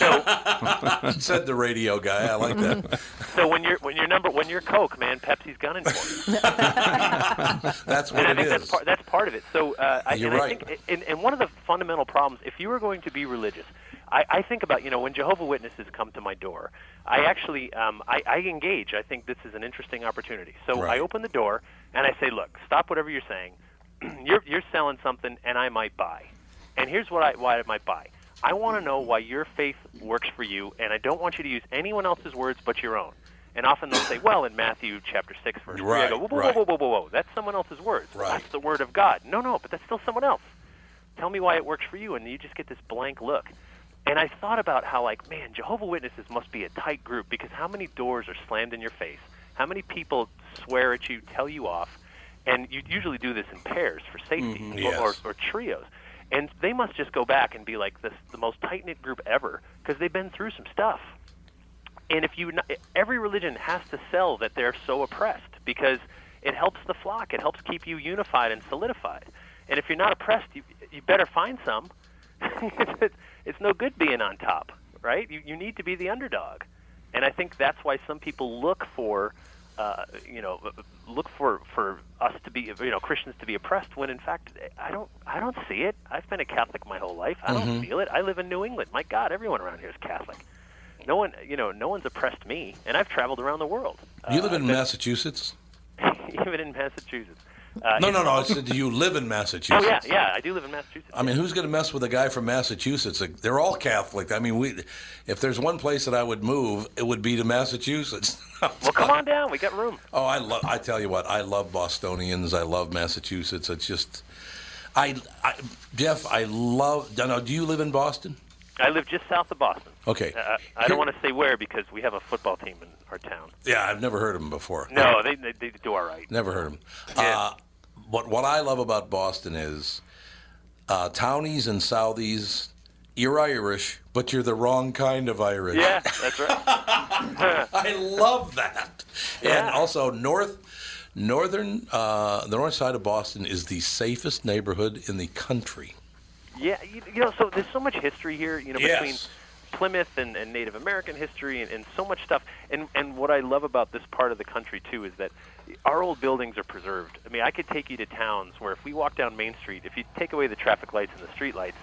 [SPEAKER 1] Said the radio guy. I like that.
[SPEAKER 7] So when you're when you're number when you're Coke, man, Pepsi's gunning for you.
[SPEAKER 1] That's
[SPEAKER 7] And I
[SPEAKER 1] what it
[SPEAKER 7] think that's
[SPEAKER 1] is.
[SPEAKER 7] part, that's part of it. So uh, I,
[SPEAKER 1] You're
[SPEAKER 7] and
[SPEAKER 1] right.
[SPEAKER 7] I think, and, and one of the fundamental problems, if you were going to be religious, I, I think about you know when Jehovah Witnesses come to my door, I actually um, I, I engage. I think this is an interesting opportunity. So
[SPEAKER 1] Right.
[SPEAKER 7] I open the door and I say, look, stop whatever you're saying. you're you're selling something, and I might buy. And here's what I why I might buy. I want to know why your faith works for you, and I don't want you to use anyone else's words but your own. And often they'll say, "Well, in Matthew chapter six, verse three, I
[SPEAKER 1] Right,
[SPEAKER 7] go, whoa, whoa,
[SPEAKER 1] right.
[SPEAKER 7] whoa, whoa, whoa, whoa, that's someone else's words.
[SPEAKER 1] Right.
[SPEAKER 7] That's the word of God. No, no, but that's still someone else. Tell me why it works for you, and you just get this blank look. And I thought about how, like, man, Jehovah Witnesses must be a tight group because how many doors are slammed in your face? How many people swear at you, tell you off? And you usually do this in pairs for safety or, or,
[SPEAKER 1] Mm-hmm. yes.
[SPEAKER 7] or trios. And they must just go back and be like this the most tight knit group ever because they've been through some stuff and if you every religion has to sell that they're so oppressed because it helps the flock it helps keep you unified and solidified and if you're not oppressed you you better find some it's, it's no good being on top right you you need to be the underdog and i think that's why some people look for uh, you know, look for for us to be, you know, Christians to be oppressed. When in fact, I don't, I don't see it. I've been a Catholic my whole life. I don't feel it. I live in New England. My God, everyone around here is Catholic. No one, you know, no one's oppressed me, and I've traveled around the world, uh,
[SPEAKER 1] You live in Massachusetts?
[SPEAKER 7] even in Massachusetts. Uh,
[SPEAKER 1] No,
[SPEAKER 7] in-
[SPEAKER 1] no, no. I said, do you live in
[SPEAKER 7] Oh
[SPEAKER 1] Massachusetts?
[SPEAKER 7] yeah, yeah, I do live in Massachusetts.
[SPEAKER 1] I mean, who's going to mess with a guy from Massachusetts? Like, they're all Catholic. I mean, we, if there's one place that I would move, it would be to Massachusetts.
[SPEAKER 7] well, come on down. We got room.
[SPEAKER 1] Oh, I love. I tell you what, I love Bostonians. I love Massachusetts. It's just, I, I Jeff, I love. Now, do you live in Boston?
[SPEAKER 7] I live just south of Boston.
[SPEAKER 1] Okay.
[SPEAKER 7] Uh, I don't want to say where because we have a football team in our town.
[SPEAKER 1] Yeah, I've never heard of him before.
[SPEAKER 7] No, they they, they do all right.
[SPEAKER 1] Never heard of him. Uh, but what I love about Boston is uh, townies and southies. You're Irish, but you're the wrong kind of Irish.
[SPEAKER 7] Yeah, that's right.
[SPEAKER 1] I love that. And
[SPEAKER 7] Yeah.
[SPEAKER 1] also north northern uh, the north side of Boston is the safest neighborhood in the country.
[SPEAKER 7] Yeah, you, you know, so there's so much history here. You know,
[SPEAKER 1] Yes.
[SPEAKER 7] between Plymouth and, and Native American history and, and so much stuff. And and what I love about this part of the country too is that our old buildings are preserved. I mean, I could take you to towns where if we walk down Main Street, if you take away the traffic lights and the street lights,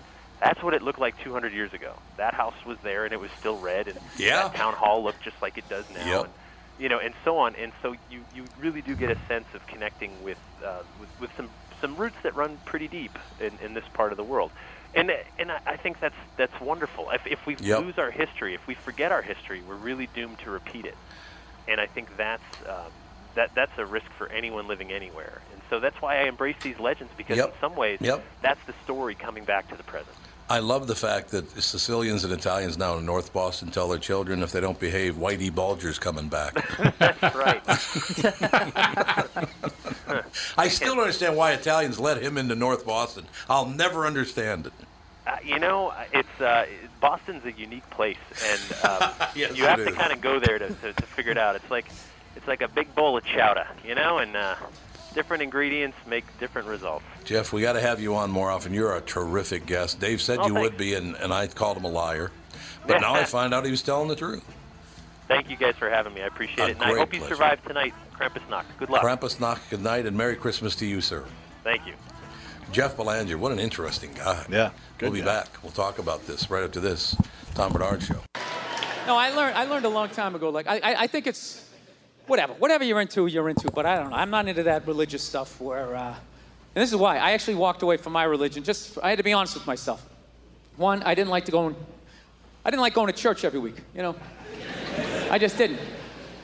[SPEAKER 7] that's what it looked like 200 years ago. That house was there and it was still red, and
[SPEAKER 1] Yeah.
[SPEAKER 7] that town hall looked just like it does now.
[SPEAKER 1] Yep.
[SPEAKER 7] And, you know, and so on, and so you, you really do get a sense of connecting with uh, with, with some, some roots that run pretty deep in, in this part of the world, and and I- I think that's that's wonderful. If, if we
[SPEAKER 1] Yep.
[SPEAKER 7] lose our history, if we forget our history, we're really doomed to repeat it, and I think that's um, that that's a risk for anyone living anywhere, and so that's why I embrace these legends because
[SPEAKER 1] Yep.
[SPEAKER 7] in some ways
[SPEAKER 1] Yep.
[SPEAKER 7] that's the story coming back to the present.
[SPEAKER 1] I love the fact that Sicilians and Italians now in North Boston tell their children if they don't behave, Whitey Bulger's coming back.
[SPEAKER 7] That's right.
[SPEAKER 1] I still don't understand why Italians let him into North Boston. I'll never understand it.
[SPEAKER 7] Uh, you know, it's uh, Boston's a unique place, and um,
[SPEAKER 1] Yes,
[SPEAKER 7] you have
[SPEAKER 1] it
[SPEAKER 7] to
[SPEAKER 1] is.
[SPEAKER 7] kind of go there to, to, to figure it out. It's like it's like a big bowl of chowder, you know, and uh, different ingredients make different results.
[SPEAKER 1] Jeff, we got to have you on more often. You're a terrific guest. Dave said
[SPEAKER 7] Oh,
[SPEAKER 1] you would
[SPEAKER 7] thanks.
[SPEAKER 1] be, and, and I called him a liar. But now I find out he was telling the truth.
[SPEAKER 7] Thank you guys for having me. I appreciate
[SPEAKER 1] A
[SPEAKER 7] it, and I
[SPEAKER 1] great
[SPEAKER 7] hope you
[SPEAKER 1] pleasure.
[SPEAKER 7] survive tonight, Krampus Knock. Good luck.
[SPEAKER 1] Krampus knock, good night, and Merry Christmas to you, sir.
[SPEAKER 7] Thank you.
[SPEAKER 1] Jeff Belanger, what an interesting guy.
[SPEAKER 8] Yeah,
[SPEAKER 1] We'll
[SPEAKER 8] good
[SPEAKER 1] be
[SPEAKER 8] guy.
[SPEAKER 1] back. We'll talk about this right after this Tom Bernard Show.
[SPEAKER 9] No, I learned. I learned a long time ago. Like I, I, I think it's whatever. Whatever you're into, you're into. But I don't know. I'm not into that religious stuff. Where, uh, and this is why I actually walked away from my religion. Just I had to be honest with myself. One, I didn't like to go. In, I didn't like going to church every week. You know, I just didn't.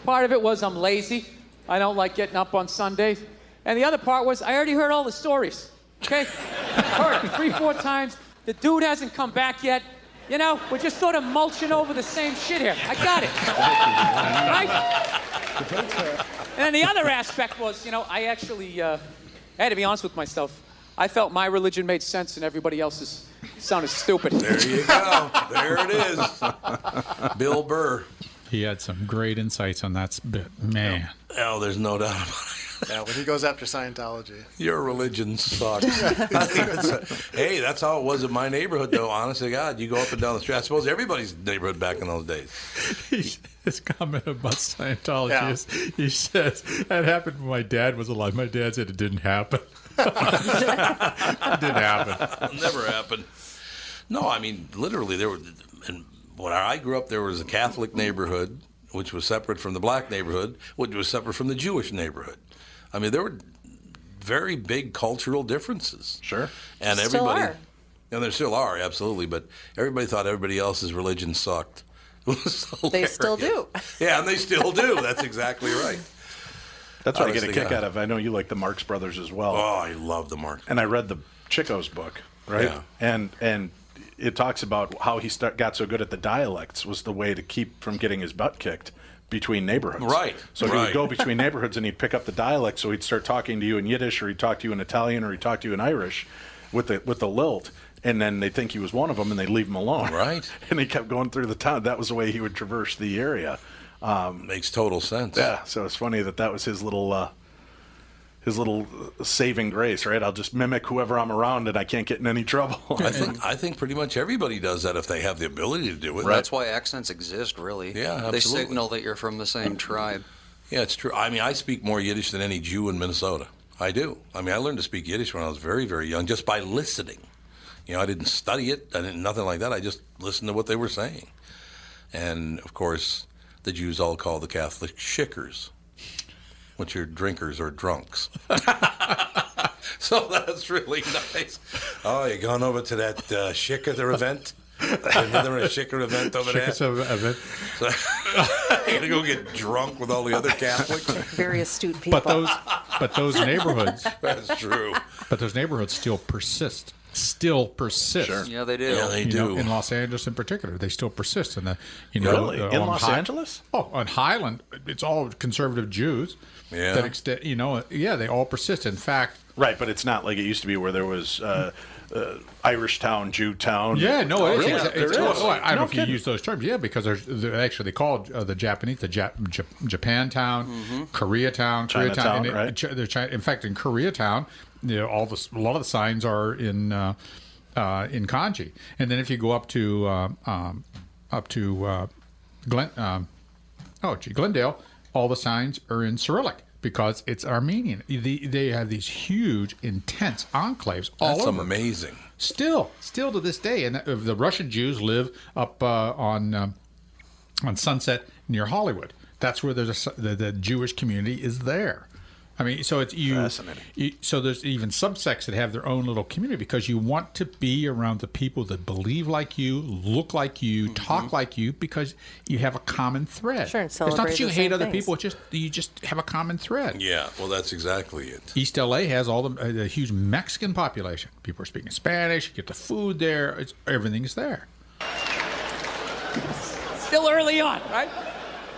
[SPEAKER 9] Part of it was I'm lazy. I don't like getting up on Sundays. And the other part was I already heard all the stories. Okay? heard it three, four times. The dude hasn't come back yet. You know, we're just sort of mulching over the same shit here. I got it. right? And then the other aspect was, you know, I actually, uh, I had to be honest with myself. I felt my religion made sense and everybody else's sounded stupid.
[SPEAKER 1] There you go. there it is. Bill Burr.
[SPEAKER 5] He had some great insights on that bit. Man.
[SPEAKER 1] Oh, there's no doubt about it.
[SPEAKER 10] Yeah, when he goes after Scientology.
[SPEAKER 1] Your religion sucks. hey, that's how it was in my neighborhood, though. Honest to God, you go up and down the street. I suppose everybody's neighborhood back in those days.
[SPEAKER 5] His comment about Scientology
[SPEAKER 10] Yeah.
[SPEAKER 5] is he says, that happened when my dad was alive. My dad said it didn't happen. it didn't happen.
[SPEAKER 1] It'll never happen. No, I mean literally there were. And when I grew up, there was a Catholic neighborhood, which was separate from the black neighborhood, which was separate from the Jewish neighborhood. I mean, there were very big cultural differences.
[SPEAKER 8] Sure.
[SPEAKER 1] and
[SPEAKER 2] Still
[SPEAKER 1] everybody,
[SPEAKER 2] are.
[SPEAKER 1] and there still are absolutely. But everybody thought everybody else's religion sucked. It was
[SPEAKER 2] They still
[SPEAKER 1] hilarious.
[SPEAKER 2] do.
[SPEAKER 1] Yeah, and they still do. That's exactly right.
[SPEAKER 8] That's what I get a
[SPEAKER 1] Honestly,
[SPEAKER 8] kick
[SPEAKER 1] yeah.
[SPEAKER 8] out of. I know you like the Marx Brothers as well.
[SPEAKER 1] Oh, I love the mark.
[SPEAKER 8] and I read the Chico's book, right?
[SPEAKER 1] Yeah.
[SPEAKER 8] And and it talks about how he start, got so good at the dialects was the way to keep from getting his butt kicked between neighborhoods.
[SPEAKER 1] Right,
[SPEAKER 8] So he
[SPEAKER 1] right.
[SPEAKER 8] would go between neighborhoods and he'd pick up the dialect. So he'd start talking to you in Yiddish, or he'd talk to you in Italian, or he'd talk to you in Irish, with the with the lilt. And then they think he was one of them, and they leave him alone.
[SPEAKER 1] Right.
[SPEAKER 8] And he kept going through the town. That was the way he would traverse the area.
[SPEAKER 1] Makes total sense.
[SPEAKER 8] Yeah, so it's funny that that was his little uh, his little uh, saving grace, right? I'll just mimic whoever I'm around, and I can't get in any trouble.
[SPEAKER 1] I think I think pretty much everybody does that if they have the ability to do it.
[SPEAKER 8] Right.
[SPEAKER 1] That's
[SPEAKER 4] That's why accents exist, really.
[SPEAKER 1] Yeah,
[SPEAKER 4] They
[SPEAKER 1] absolutely.
[SPEAKER 4] signal that you're from the same tribe.
[SPEAKER 1] Yeah, it's true. I mean, I speak more Yiddish than any Jew in Minnesota. I do. I mean, I learned to speak Yiddish when I was very, very young, just by listening. You know, I didn't study it. I didn't nothing like that. I just listened to what they were saying. And of course, the Jews all call the Catholics shickers, which are drinkers or drunks. so that's really nice. Oh, you gone over to that uh, shicker event? Another shicker event over there.
[SPEAKER 5] Chicken so- of it.
[SPEAKER 1] So, you gonna go get drunk with all the other Catholics?
[SPEAKER 2] Very astute people.
[SPEAKER 5] But those but those neighborhoods
[SPEAKER 1] That's true.
[SPEAKER 5] but those neighborhoods still persist. Still persist.
[SPEAKER 4] Yeah, they do.
[SPEAKER 1] Yeah, they
[SPEAKER 5] You
[SPEAKER 1] do.
[SPEAKER 5] know, in Los Angeles in particular, they still persist in the you know
[SPEAKER 8] Really?
[SPEAKER 5] uh,
[SPEAKER 8] In
[SPEAKER 5] on
[SPEAKER 8] Los
[SPEAKER 5] Hi-
[SPEAKER 8] Angeles?
[SPEAKER 5] Oh, on Highland, it's all conservative Jews.
[SPEAKER 1] Yeah.
[SPEAKER 5] That extent, you know, yeah, they all persist. In fact,
[SPEAKER 8] right, but it's not like it used to be where there was uh, uh, Irish town, Jew town.
[SPEAKER 5] Yeah, no, it is.
[SPEAKER 8] Really?
[SPEAKER 5] It's,
[SPEAKER 8] There
[SPEAKER 5] it's-
[SPEAKER 8] is.
[SPEAKER 5] oh, I I don't
[SPEAKER 8] No
[SPEAKER 5] know if
[SPEAKER 8] kidding.
[SPEAKER 5] you use those terms. Yeah, because there's, they're actually called uh, the Japanese, the Jap, Jap, Japantown, Koreatown, Koreatown.
[SPEAKER 8] Chinatown,
[SPEAKER 5] and it-
[SPEAKER 8] Mm-hmm. right.
[SPEAKER 5] Chi- they're Chi- in fact, in Koreatown, you know, all the s- a lot of the signs are in uh, uh, in kanji, and then if you go up to um, um, up to uh, Glen, um, oh gee, Glendale, all the signs are in Cyrillic. Because it's Armenian, they, they have these huge, intense enclaves all
[SPEAKER 1] That's
[SPEAKER 5] over
[SPEAKER 1] amazing.
[SPEAKER 5] still still to this day and uh, the russian jews live up uh, on um, on sunset near hollywood that's where there's a, s- the, the jewish community is there i mean so it's you,
[SPEAKER 8] Fascinating.
[SPEAKER 5] you so there's even subsects that have their own little community because you want to be around the people that believe like you look like you talk like you because you have a common thread
[SPEAKER 2] Sure, and
[SPEAKER 5] it's not
[SPEAKER 2] celebrate
[SPEAKER 5] that you
[SPEAKER 2] the
[SPEAKER 5] hate
[SPEAKER 2] same
[SPEAKER 5] other
[SPEAKER 2] things.
[SPEAKER 5] people it's just you just have a common thread
[SPEAKER 1] Yeah, well, that's exactly it.
[SPEAKER 5] East LA has all the, uh, the huge Mexican population. People are speaking Spanish. You get the food there. It's everything's there.
[SPEAKER 9] still early on, right?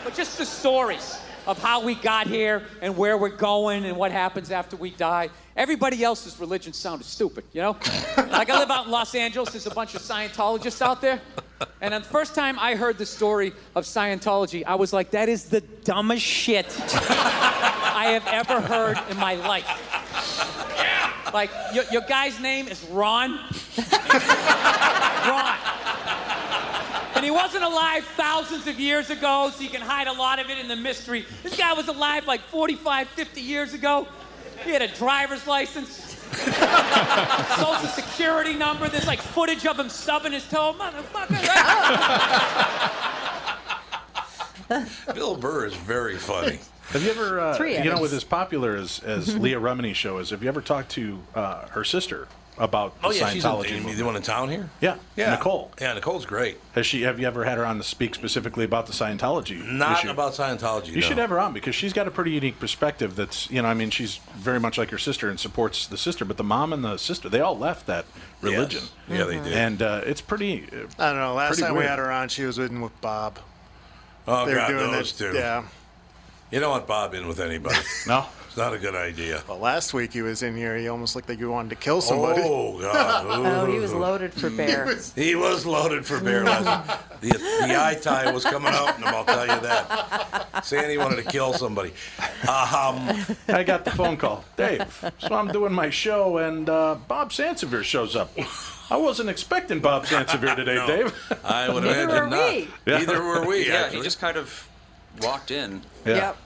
[SPEAKER 9] But just the stories of how we got here and where we're going and what happens after we die. Everybody else's religion sounded stupid, you know? like I live out in Los Angeles, there's a bunch of Scientologists out there. And the first time I heard the story of Scientology, I was like, that is the dumbest shit I have ever heard in my life. Like, your, your guy's name is Ron. Ron. And he wasn't alive thousands of years ago, so you can hide a lot of it in the mystery. This guy was alive like 45, 50 years ago. He had a driver's license, social security number. There's like footage of him stubbing his toe. Motherfucker. right?
[SPEAKER 1] Bill Burr is very funny.
[SPEAKER 8] Have you ever, uh,
[SPEAKER 2] Three
[SPEAKER 8] you know,
[SPEAKER 2] Evans.
[SPEAKER 8] with as popular as, as Leah Remini's show is, have you ever talked to uh, her sister about the
[SPEAKER 1] Oh yeah, she's in,
[SPEAKER 8] Scientology
[SPEAKER 1] the
[SPEAKER 8] movement?
[SPEAKER 1] one in town here.
[SPEAKER 8] Yeah,
[SPEAKER 1] yeah,
[SPEAKER 8] Nicole.
[SPEAKER 1] Yeah, Nicole's great.
[SPEAKER 8] Has she? Have you ever had her on to speak specifically about the Scientology?
[SPEAKER 1] Not
[SPEAKER 8] issue?
[SPEAKER 1] about Scientology.
[SPEAKER 8] You should have her on because she's got a pretty unique perspective. That's you know, I mean, she's very much like her sister and supports the sister. But the mom and the sister, they all left that religion.
[SPEAKER 1] Yeah,
[SPEAKER 2] Mm-hmm.
[SPEAKER 1] they did.
[SPEAKER 8] And uh, it's pretty. uh,
[SPEAKER 10] I don't know. Last
[SPEAKER 8] Pretty
[SPEAKER 10] time we
[SPEAKER 8] weird.
[SPEAKER 10] had her on, she was in with Bob.
[SPEAKER 1] oh
[SPEAKER 10] They were
[SPEAKER 1] god,
[SPEAKER 10] doing
[SPEAKER 1] those
[SPEAKER 10] that.
[SPEAKER 1] two.
[SPEAKER 10] Yeah.
[SPEAKER 1] You don't want Bob in with anybody.
[SPEAKER 8] No,
[SPEAKER 1] It's not a good idea.
[SPEAKER 10] Well, last week he was in here. He almost looked like he wanted to kill somebody.
[SPEAKER 1] Oh, God.
[SPEAKER 2] Oh, he was loaded for
[SPEAKER 8] Mm.
[SPEAKER 2] bear.
[SPEAKER 1] He was loaded for bear last the, the eye tie was coming out in him, I'll tell you that. Sandy wanted to kill somebody. Um,
[SPEAKER 8] I got the phone call. Dave, so I'm doing my show, and uh, Bob Sansevier shows up. I wasn't expecting Bob Sansevier today,
[SPEAKER 1] No.
[SPEAKER 8] Dave.
[SPEAKER 1] I would
[SPEAKER 2] Neither
[SPEAKER 1] imagine
[SPEAKER 2] were
[SPEAKER 1] not.
[SPEAKER 2] we.
[SPEAKER 1] Neither were we.
[SPEAKER 4] Yeah,
[SPEAKER 1] actually.
[SPEAKER 4] he just kind of walked in.
[SPEAKER 2] Yep.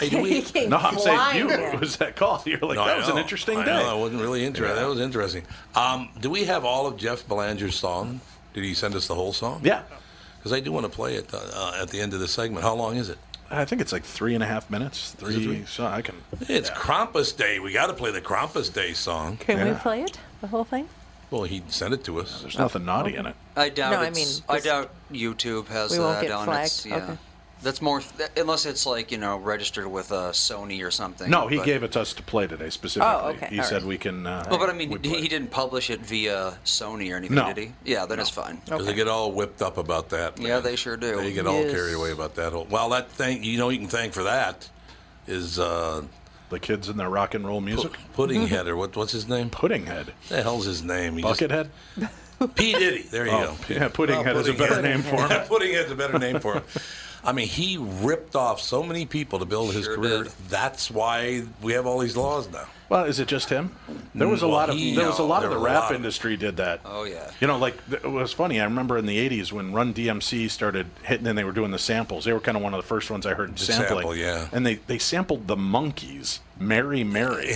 [SPEAKER 1] Hey, do we-
[SPEAKER 2] he came
[SPEAKER 8] No, I'm saying
[SPEAKER 2] flying
[SPEAKER 8] you.
[SPEAKER 2] in.
[SPEAKER 8] It was that call. You're like,
[SPEAKER 1] No,
[SPEAKER 8] that
[SPEAKER 1] I
[SPEAKER 8] was an
[SPEAKER 1] know.
[SPEAKER 8] interesting
[SPEAKER 1] I
[SPEAKER 8] day.
[SPEAKER 1] Know, I wasn't really interested. That was interesting. Um, do we have all of Jeff Belanger's song? Did he send us the whole song?
[SPEAKER 8] Yeah.
[SPEAKER 1] Because I do want to play it uh, at the end of the segment. How long is it?
[SPEAKER 8] I think it's like three and a half minutes. Three.
[SPEAKER 1] three?
[SPEAKER 8] So I can.
[SPEAKER 1] It's Krampus Day. We got to play the Krampus Day song.
[SPEAKER 2] Can we
[SPEAKER 8] Yeah.
[SPEAKER 2] play it? The whole thing?
[SPEAKER 1] Well, he sent it to us.
[SPEAKER 8] There's nothing naughty in it.
[SPEAKER 4] I doubt.
[SPEAKER 2] No, I
[SPEAKER 4] it's,
[SPEAKER 2] mean,
[SPEAKER 4] I
[SPEAKER 2] this-
[SPEAKER 4] doubt YouTube has
[SPEAKER 2] We won't
[SPEAKER 4] that
[SPEAKER 2] get
[SPEAKER 4] on
[SPEAKER 2] flagged.
[SPEAKER 4] its. Yeah.
[SPEAKER 2] Okay.
[SPEAKER 4] That's more, th- unless it's like you know registered with uh, Sony or something.
[SPEAKER 8] No, he
[SPEAKER 4] but-
[SPEAKER 8] gave it to us to play today specifically.
[SPEAKER 2] okay,
[SPEAKER 8] He
[SPEAKER 2] all
[SPEAKER 8] said
[SPEAKER 2] right.
[SPEAKER 8] we can. Uh,
[SPEAKER 4] Well, but I
[SPEAKER 8] we
[SPEAKER 4] mean,
[SPEAKER 8] play
[SPEAKER 4] he, he
[SPEAKER 8] it.
[SPEAKER 4] didn't publish it via Sony or anything,
[SPEAKER 8] No.
[SPEAKER 4] did he? Yeah, then it's fine.
[SPEAKER 1] Because they get all whipped up about that.
[SPEAKER 4] Yeah,
[SPEAKER 1] man.
[SPEAKER 4] they sure do.
[SPEAKER 1] They get all
[SPEAKER 2] Yes.
[SPEAKER 1] carried away about that. Whole, well, that thing you know you can thank for that is uh,
[SPEAKER 8] The kids and their rock and roll music.
[SPEAKER 1] Puddinghead or what? What's his name? What
[SPEAKER 8] Puddinghead.
[SPEAKER 1] the hell's his name? He just-
[SPEAKER 8] Buckethead?
[SPEAKER 1] P Diddy. There you go.
[SPEAKER 8] Oh, yeah, Puddinghead is a better name for him.
[SPEAKER 1] Puddinghead's a better name for him. I mean, he ripped off so many people to build his
[SPEAKER 4] Sure
[SPEAKER 1] career.
[SPEAKER 4] did.
[SPEAKER 1] That's why we have all these laws now.
[SPEAKER 8] Well, is it just him? There was a
[SPEAKER 1] Mm, Well,
[SPEAKER 8] lot of
[SPEAKER 1] he-
[SPEAKER 8] there was a lot
[SPEAKER 1] there
[SPEAKER 8] of the
[SPEAKER 1] were a lot
[SPEAKER 8] rap
[SPEAKER 1] of-
[SPEAKER 8] industry did that.
[SPEAKER 4] Oh, yeah.
[SPEAKER 8] You know, like th- it was funny. I remember in the '80s when Run DMC started hitting, and they were doing the samples. They were kind of one of the first ones I heard sampling.
[SPEAKER 1] sample, yeah.
[SPEAKER 8] And they they sampled the Monkeys, "Mary Mary."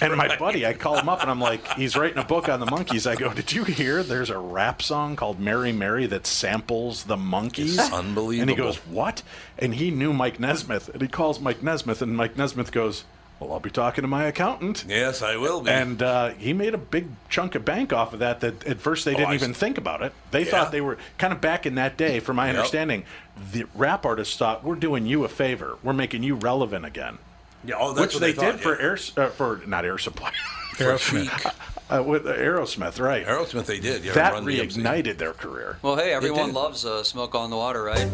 [SPEAKER 8] and my buddy, I call him up, and I'm like, he's writing a book on the Monkeys. I go, did you hear? There's a rap song called "Mary Mary" that samples the Monkeys.
[SPEAKER 1] It's unbelievable.
[SPEAKER 8] And he goes, what? And he knew Mike Nesmith, and he calls Mike Nesmith, and Mike Nesmith goes, well, I'll be talking to my accountant.
[SPEAKER 1] Yes, I will be.
[SPEAKER 8] And uh, he made a big chunk of bank off of that. That at first they didn't
[SPEAKER 1] Oh, I
[SPEAKER 8] even
[SPEAKER 1] s-
[SPEAKER 8] think about it. They
[SPEAKER 1] Yeah.
[SPEAKER 8] thought they were kind of back in that day. From my understanding, the rap artists thought we're doing you a favor. We're making you relevant again,
[SPEAKER 1] yeah, oh, that's
[SPEAKER 8] which
[SPEAKER 1] what
[SPEAKER 8] they,
[SPEAKER 1] thought,
[SPEAKER 8] did for
[SPEAKER 1] yeah.
[SPEAKER 8] air uh, for not air supply
[SPEAKER 1] Aerosmith.
[SPEAKER 8] uh, with Aerosmith, right?
[SPEAKER 1] Aerosmith, they did. Yeah,
[SPEAKER 8] that
[SPEAKER 1] Run DMC.
[SPEAKER 8] reignited their career.
[SPEAKER 4] Well, hey,
[SPEAKER 1] did.
[SPEAKER 4] everyone loves uh, Smoke on the Water, right?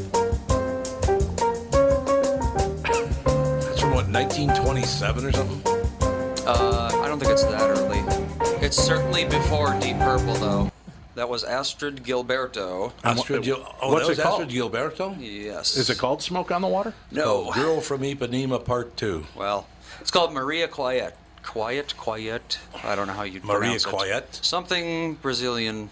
[SPEAKER 1] That's from what 1927 or something.
[SPEAKER 4] Uh, I don't think it's that early. It's certainly before Deep Purple, though. That was Astrid Gilberto.
[SPEAKER 1] Astrid Gil- oh,
[SPEAKER 8] what's
[SPEAKER 1] that was
[SPEAKER 8] it called?
[SPEAKER 1] Astrid Gilberto.
[SPEAKER 4] Yes.
[SPEAKER 8] Is it called Smoke on the Water?
[SPEAKER 1] Oh,
[SPEAKER 4] No.
[SPEAKER 1] Girl from Ipanema Part Two.
[SPEAKER 4] Well, it's called Maria Quiet. Quiet, quiet. I don't know how you
[SPEAKER 1] Maria
[SPEAKER 4] pronounce it.
[SPEAKER 1] Quiet?
[SPEAKER 4] Something Brazilian.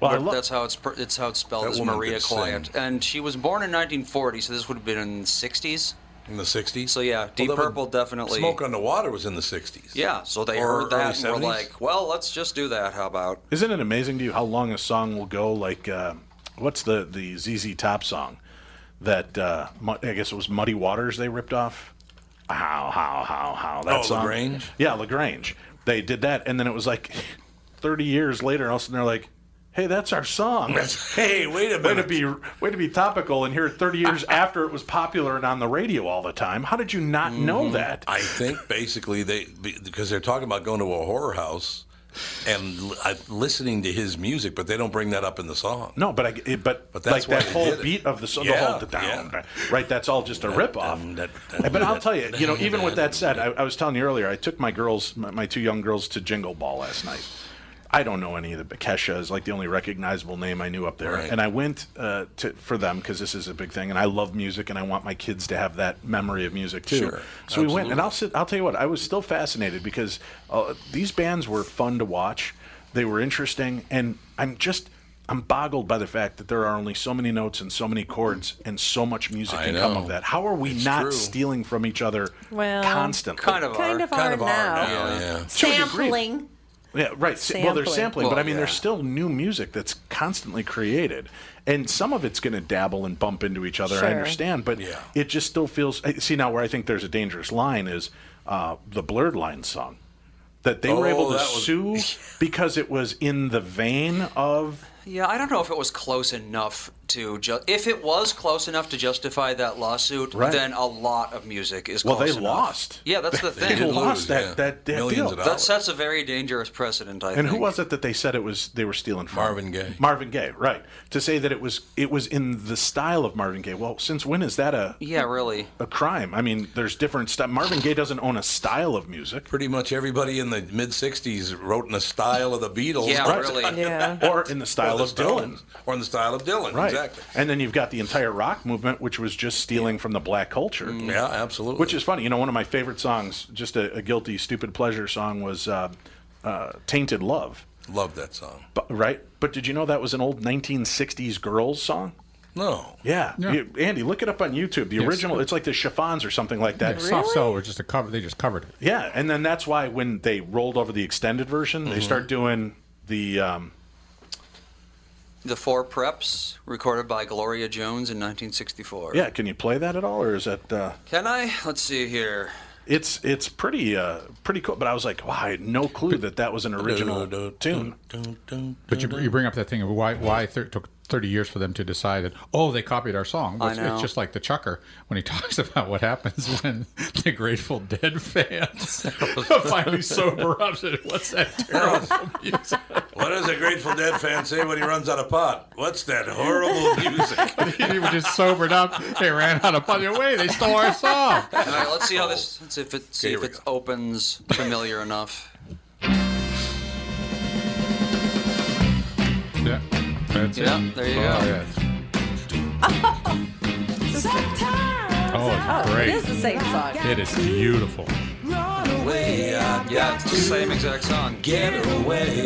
[SPEAKER 8] Well, I
[SPEAKER 4] But
[SPEAKER 8] lo-
[SPEAKER 4] that's how it's pr- it's how it's spelled.
[SPEAKER 1] That
[SPEAKER 4] is
[SPEAKER 1] woman
[SPEAKER 4] Maria
[SPEAKER 1] could sing.
[SPEAKER 4] Quiet, and she was born in 1940, so this would have been in the 60s.
[SPEAKER 1] In the 60s?
[SPEAKER 4] So, yeah, Deep
[SPEAKER 1] that would-
[SPEAKER 4] Purple definitely-
[SPEAKER 1] Smoke on the Water was in the 60s.
[SPEAKER 4] Yeah, so they
[SPEAKER 1] Or
[SPEAKER 4] heard that
[SPEAKER 1] early
[SPEAKER 4] and were
[SPEAKER 1] 70s?
[SPEAKER 4] like, "Well, let's just do that. How about?"
[SPEAKER 8] Isn't it amazing to you how long a song will go? Like, uh, what's the the ZZ Top song that uh, Mu- I guess it was Muddy Waters they ripped off? How how how how that
[SPEAKER 1] Oh,
[SPEAKER 8] song?
[SPEAKER 1] LaGrange?
[SPEAKER 8] Yeah, Lagrange. They did that, and then it was like thirty years later, and all of a sudden they're like, "Hey, that's our song."
[SPEAKER 1] Hey, wait a
[SPEAKER 8] Way to
[SPEAKER 1] minute.
[SPEAKER 8] be way to be topical and here 30 years after it was popular and on the radio all the time. How did you not
[SPEAKER 1] Mm-hmm.
[SPEAKER 8] know that?
[SPEAKER 1] I think basically they because they're talking about going to a horror house and l- uh, listening to his music, but they don't bring that up in the song.
[SPEAKER 8] No, but I it, but,
[SPEAKER 1] But
[SPEAKER 8] like
[SPEAKER 1] that's why
[SPEAKER 8] that
[SPEAKER 1] they
[SPEAKER 8] whole
[SPEAKER 1] did it.
[SPEAKER 8] beat of the song,
[SPEAKER 1] Yeah,
[SPEAKER 8] the whole da- down,
[SPEAKER 1] yeah.
[SPEAKER 8] right? That's all just a
[SPEAKER 1] dum,
[SPEAKER 8] ripoff.
[SPEAKER 1] da- dum,
[SPEAKER 8] but
[SPEAKER 1] da-
[SPEAKER 8] I'll tell you, you know,
[SPEAKER 1] dum,
[SPEAKER 8] even
[SPEAKER 1] da-
[SPEAKER 8] with that said, I, I was telling you earlier, I took my girls, my, my two young girls, to Jingle Ball last night. I don't know any of the Kesha is like the only recognizable name I knew up there,
[SPEAKER 1] Right.
[SPEAKER 8] and I went uh, to for them because this is a big thing, and I love music, and I want my kids to have that memory of music too.
[SPEAKER 1] Sure,
[SPEAKER 8] So we went, and I'll sit. I'll tell you what, I was still fascinated because uh, these bands were fun to watch. They were interesting, and I'm just I'm boggled by the fact that there are only so many notes and so many chords and so much music
[SPEAKER 1] I
[SPEAKER 8] can come
[SPEAKER 1] know.
[SPEAKER 8] of that. How are we
[SPEAKER 1] It's
[SPEAKER 8] not
[SPEAKER 1] true.
[SPEAKER 8] stealing from each other
[SPEAKER 2] Well,
[SPEAKER 8] constantly?
[SPEAKER 4] Kind of.
[SPEAKER 2] Kind
[SPEAKER 4] are.
[SPEAKER 2] of
[SPEAKER 1] Kind
[SPEAKER 2] are
[SPEAKER 1] of are
[SPEAKER 2] now.
[SPEAKER 1] now, yeah.
[SPEAKER 8] To a degree.
[SPEAKER 2] Sampling.
[SPEAKER 8] Yeah, right. Sa- Well, there's
[SPEAKER 2] Sampling.
[SPEAKER 8] sampling, but I
[SPEAKER 4] Well,
[SPEAKER 8] mean, there's
[SPEAKER 4] yeah.
[SPEAKER 8] still new music that's constantly created, and some of it's going to dabble and bump into each other.
[SPEAKER 2] Sure.
[SPEAKER 8] I understand, but
[SPEAKER 1] Yeah.
[SPEAKER 8] it just still feels. I- See now where I think there's a dangerous line is uh, the blurred line song that they were
[SPEAKER 1] Oh,
[SPEAKER 8] able to
[SPEAKER 1] that was-
[SPEAKER 8] sue because it was in the vein of
[SPEAKER 4] Yeah, I don't know if it was close enough to just. If it was close enough to justify that lawsuit,
[SPEAKER 8] Right.
[SPEAKER 4] then a lot of music is.
[SPEAKER 8] Well,
[SPEAKER 4] close
[SPEAKER 8] they
[SPEAKER 4] enough.
[SPEAKER 8] lost.
[SPEAKER 4] Yeah, that's the
[SPEAKER 8] They
[SPEAKER 4] thing.
[SPEAKER 8] did lost lose, that- yeah. that- that Millions deal. of
[SPEAKER 4] That
[SPEAKER 8] dollars.
[SPEAKER 4] sets a very dangerous precedent. I
[SPEAKER 8] and
[SPEAKER 4] think.
[SPEAKER 8] who was it that they said it was they were stealing from?
[SPEAKER 1] Marvin Gaye.
[SPEAKER 8] Marvin Gaye, right? To say that it was it was in the style of Marvin Gaye. Well, since when is that a
[SPEAKER 4] Yeah, really.
[SPEAKER 8] a crime? I mean, there's different stuff. Marvin Gaye doesn't own a style of music.
[SPEAKER 1] Pretty much everybody in the mid '60s wrote in the style of the Beatles.
[SPEAKER 4] Yeah,
[SPEAKER 1] Right.
[SPEAKER 4] really.
[SPEAKER 8] Or in the style
[SPEAKER 1] Uh-huh. the
[SPEAKER 8] of Dylan.
[SPEAKER 1] Stones. Or in the style of Dylan,
[SPEAKER 8] Right.
[SPEAKER 1] exactly.
[SPEAKER 8] And then you've got the entire rock movement, which was just stealing from the black culture.
[SPEAKER 1] Mm, Yeah, absolutely.
[SPEAKER 8] Which is funny. You know, one of my favorite songs, just a, a guilty, stupid pleasure song, was uh, uh, Tainted Love.
[SPEAKER 1] Love that song.
[SPEAKER 8] But, right? But did you know that was an old 1960s girls song?
[SPEAKER 1] No.
[SPEAKER 8] Yeah.
[SPEAKER 5] Yeah.
[SPEAKER 8] You- Andy, look it up on YouTube. The
[SPEAKER 5] Yes.
[SPEAKER 8] original, it's like the chiffons or something like that.
[SPEAKER 5] Soft sell was just a cover. They just covered it.
[SPEAKER 8] Yeah. And then that's why when they rolled over the extended version,
[SPEAKER 1] Mm-hmm.
[SPEAKER 8] they start doing the. Um,
[SPEAKER 4] The Four Preps, recorded by Gloria Jones in 1964.
[SPEAKER 8] yeah, can you play that at all? Or is that. Uh,
[SPEAKER 4] Can I? Let's see here.
[SPEAKER 8] it's it's pretty uh, pretty cool, but I was like, wow, I had no clue that that was an original tune.
[SPEAKER 5] But
[SPEAKER 4] Mm-hmm.
[SPEAKER 5] you, you bring up that thing of why why thir- took thirty years for them to decide that oh they copied our song. But
[SPEAKER 4] I
[SPEAKER 5] it's, it's
[SPEAKER 4] know.
[SPEAKER 5] just like the Chucker when he talks about what happens when the Grateful Dead fans finally sober up. and What's that terrible music?
[SPEAKER 1] What does a Grateful Dead fan say when he runs out of pot? What's that horrible music?
[SPEAKER 5] They were just sobered up. They ran out of money. Wait, they stole our song.
[SPEAKER 4] All right, let's see how this. Let's see if it, see
[SPEAKER 1] Here
[SPEAKER 4] if
[SPEAKER 1] we
[SPEAKER 4] it
[SPEAKER 1] go.
[SPEAKER 4] opens familiar enough.
[SPEAKER 5] Yeah, that's it.
[SPEAKER 4] Yeah, there you go.
[SPEAKER 5] Oh, yeah. oh, it's
[SPEAKER 2] It
[SPEAKER 5] great.
[SPEAKER 2] is the same song.
[SPEAKER 5] It is beautiful.
[SPEAKER 4] Yeah, yeah, it's the same exact song. Get away.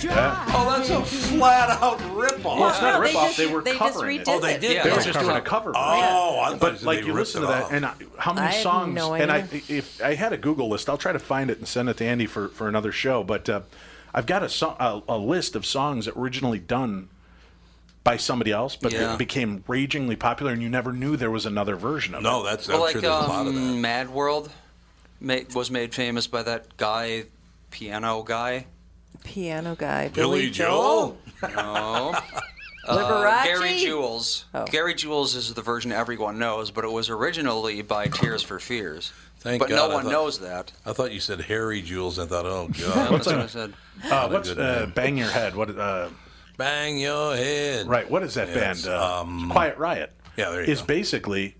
[SPEAKER 8] Yeah.
[SPEAKER 1] Oh, that's a flat out ripoff.
[SPEAKER 8] Well, it's not a
[SPEAKER 2] No, they
[SPEAKER 8] ripoff.
[SPEAKER 2] just-
[SPEAKER 8] they were
[SPEAKER 2] they just
[SPEAKER 8] covering it.
[SPEAKER 2] redid
[SPEAKER 1] Oh, they
[SPEAKER 2] it.
[SPEAKER 1] did.
[SPEAKER 4] Yeah, they
[SPEAKER 8] They were
[SPEAKER 4] were
[SPEAKER 8] just
[SPEAKER 4] covering
[SPEAKER 8] doing a
[SPEAKER 4] it.
[SPEAKER 8] cover.
[SPEAKER 1] Oh, I thought
[SPEAKER 8] But
[SPEAKER 1] said
[SPEAKER 8] like
[SPEAKER 1] they
[SPEAKER 8] you
[SPEAKER 1] ripped
[SPEAKER 8] listen
[SPEAKER 1] it
[SPEAKER 8] to
[SPEAKER 1] off.
[SPEAKER 8] that, and I, how many
[SPEAKER 2] I have
[SPEAKER 8] songs?
[SPEAKER 2] no
[SPEAKER 8] and I,
[SPEAKER 2] idea.
[SPEAKER 8] if I had a Google list, I'll try to find it and send it to Andy for, for another show. But uh, I've got a, so- a a list of songs that were originally done by somebody else, but
[SPEAKER 4] Yeah.
[SPEAKER 8] it became ragingly popular, and you never knew there was another version of
[SPEAKER 1] no,
[SPEAKER 8] it.
[SPEAKER 1] that's
[SPEAKER 4] Well,
[SPEAKER 1] I'm
[SPEAKER 4] like
[SPEAKER 1] sure there's a lot of
[SPEAKER 4] um,
[SPEAKER 1] that.
[SPEAKER 4] Mad World ma- was made famous by that guy, piano guy.
[SPEAKER 2] Piano guy.
[SPEAKER 1] Billy Joel.
[SPEAKER 4] No.
[SPEAKER 2] Liberace.
[SPEAKER 4] Gary Jules. Gary Jules is the version everyone knows, but it was originally by Tears for Fears.
[SPEAKER 1] Thank
[SPEAKER 4] but
[SPEAKER 1] God, I
[SPEAKER 4] no one
[SPEAKER 1] thought-
[SPEAKER 4] knows that.
[SPEAKER 1] I thought you said Harry Jules. I thought, oh
[SPEAKER 4] Yeah,
[SPEAKER 1] god,
[SPEAKER 4] that's what I said.
[SPEAKER 8] Uh, what's
[SPEAKER 1] good
[SPEAKER 8] uh,
[SPEAKER 1] name.
[SPEAKER 8] Bang Your Head? What uh,
[SPEAKER 1] bang your head.
[SPEAKER 8] right? What is that
[SPEAKER 1] Yes,
[SPEAKER 8] band? Uh,
[SPEAKER 1] um,
[SPEAKER 8] Quiet Riot.
[SPEAKER 1] Yeah, there you
[SPEAKER 8] is
[SPEAKER 1] go.
[SPEAKER 8] basically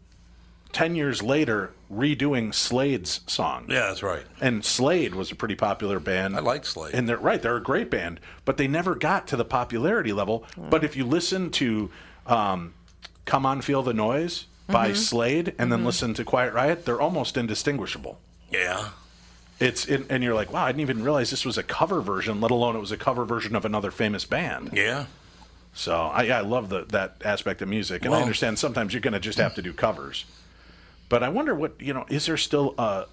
[SPEAKER 8] ten years later redoing Slade's song.
[SPEAKER 1] Yeah, that's right.
[SPEAKER 8] and Slade was a pretty popular band.
[SPEAKER 1] I like Slade.
[SPEAKER 8] and they're right; they're a great band, but they never got to the popularity level. But if you listen to um, "Come On, Feel the Noise"
[SPEAKER 1] Mm-hmm.
[SPEAKER 8] by Slade, and then listen to Quiet Riot, they're almost indistinguishable.
[SPEAKER 1] Yeah.
[SPEAKER 8] It's it, and you're like, wow, I didn't even realize this was a cover version, let alone it was a cover version of another famous band.
[SPEAKER 1] Yeah.
[SPEAKER 8] So I, I love the, that aspect of music, and I
[SPEAKER 1] Well-
[SPEAKER 8] understand sometimes you're going to just have to do covers. But I wonder what you know. Is there still uh,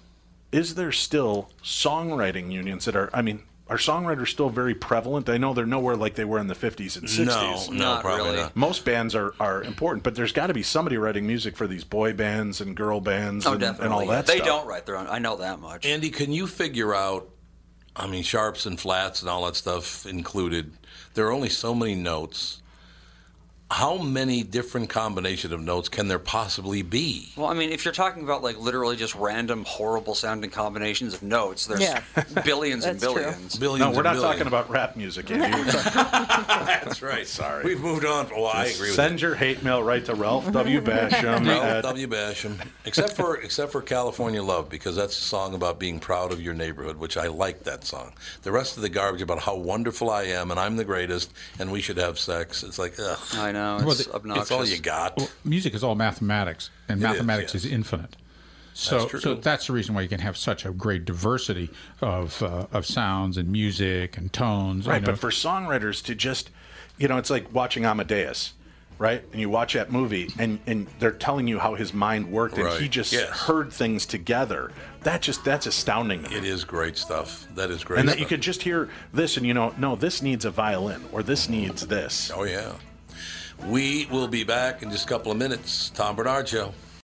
[SPEAKER 8] is there still songwriting unions that are? I mean, are songwriters still very prevalent? I know they're nowhere like they were in the 50s and 60s.
[SPEAKER 1] No, no,
[SPEAKER 4] Not
[SPEAKER 1] probably
[SPEAKER 4] really.
[SPEAKER 1] not.
[SPEAKER 8] Most bands are, are important, but there's got to be somebody writing music for these boy bands and girl bands
[SPEAKER 4] Oh,
[SPEAKER 8] and,
[SPEAKER 4] definitely.
[SPEAKER 8] and all that
[SPEAKER 4] they
[SPEAKER 8] stuff.
[SPEAKER 4] don't write their own. I know that much.
[SPEAKER 1] Andy, can you figure out? I mean, sharps and flats and all that stuff included. There are only so many notes. How many different combination of notes can there possibly be?
[SPEAKER 4] Well, I mean, if you're talking about like literally just random horrible sounding combinations of notes, there's
[SPEAKER 2] Yeah.
[SPEAKER 4] billions and
[SPEAKER 2] That's true.
[SPEAKER 4] billions.
[SPEAKER 1] Billions.
[SPEAKER 8] No,
[SPEAKER 1] and
[SPEAKER 8] we're not
[SPEAKER 1] billions.
[SPEAKER 8] talking about rap music, Andy. We're talking-
[SPEAKER 1] That's right. Sorry, we've moved on. Well, I agree with that.
[SPEAKER 8] Send your hate mail right to Ralph W. Basham.
[SPEAKER 1] Well,
[SPEAKER 8] at-
[SPEAKER 1] W. Basham, except for except for California Love, because that's a song about being proud of your neighborhood, which I like that song. The rest of the garbage about how wonderful I am and I'm the greatest and we should have sex. It's like, ugh,
[SPEAKER 4] I know.
[SPEAKER 5] Well,
[SPEAKER 4] It's
[SPEAKER 5] the- it's
[SPEAKER 4] obnoxious.
[SPEAKER 1] it's all you got.
[SPEAKER 5] music is all mathematics, and
[SPEAKER 1] is,
[SPEAKER 5] mathematics
[SPEAKER 1] yes.
[SPEAKER 5] is, infinite. So,
[SPEAKER 1] true.
[SPEAKER 5] so that's the reason why you can have such a great diversity of uh, of sounds and music and tones.
[SPEAKER 8] Right,
[SPEAKER 5] you know.
[SPEAKER 8] but for songwriters to just, you know, it's like watching Amadeus, right? And you watch that movie, and and they're telling you how his mind worked, and he
[SPEAKER 1] Right,
[SPEAKER 8] just
[SPEAKER 1] yes.
[SPEAKER 8] heard things together. That just that's astounding to me.
[SPEAKER 1] It is great stuff. That is great.
[SPEAKER 8] and that
[SPEAKER 1] stuff.
[SPEAKER 8] you could just hear this, and you know, no, this needs a violin, or this needs this.
[SPEAKER 1] Oh yeah. We will be back in just a couple of minutes. Tom Bernard Show.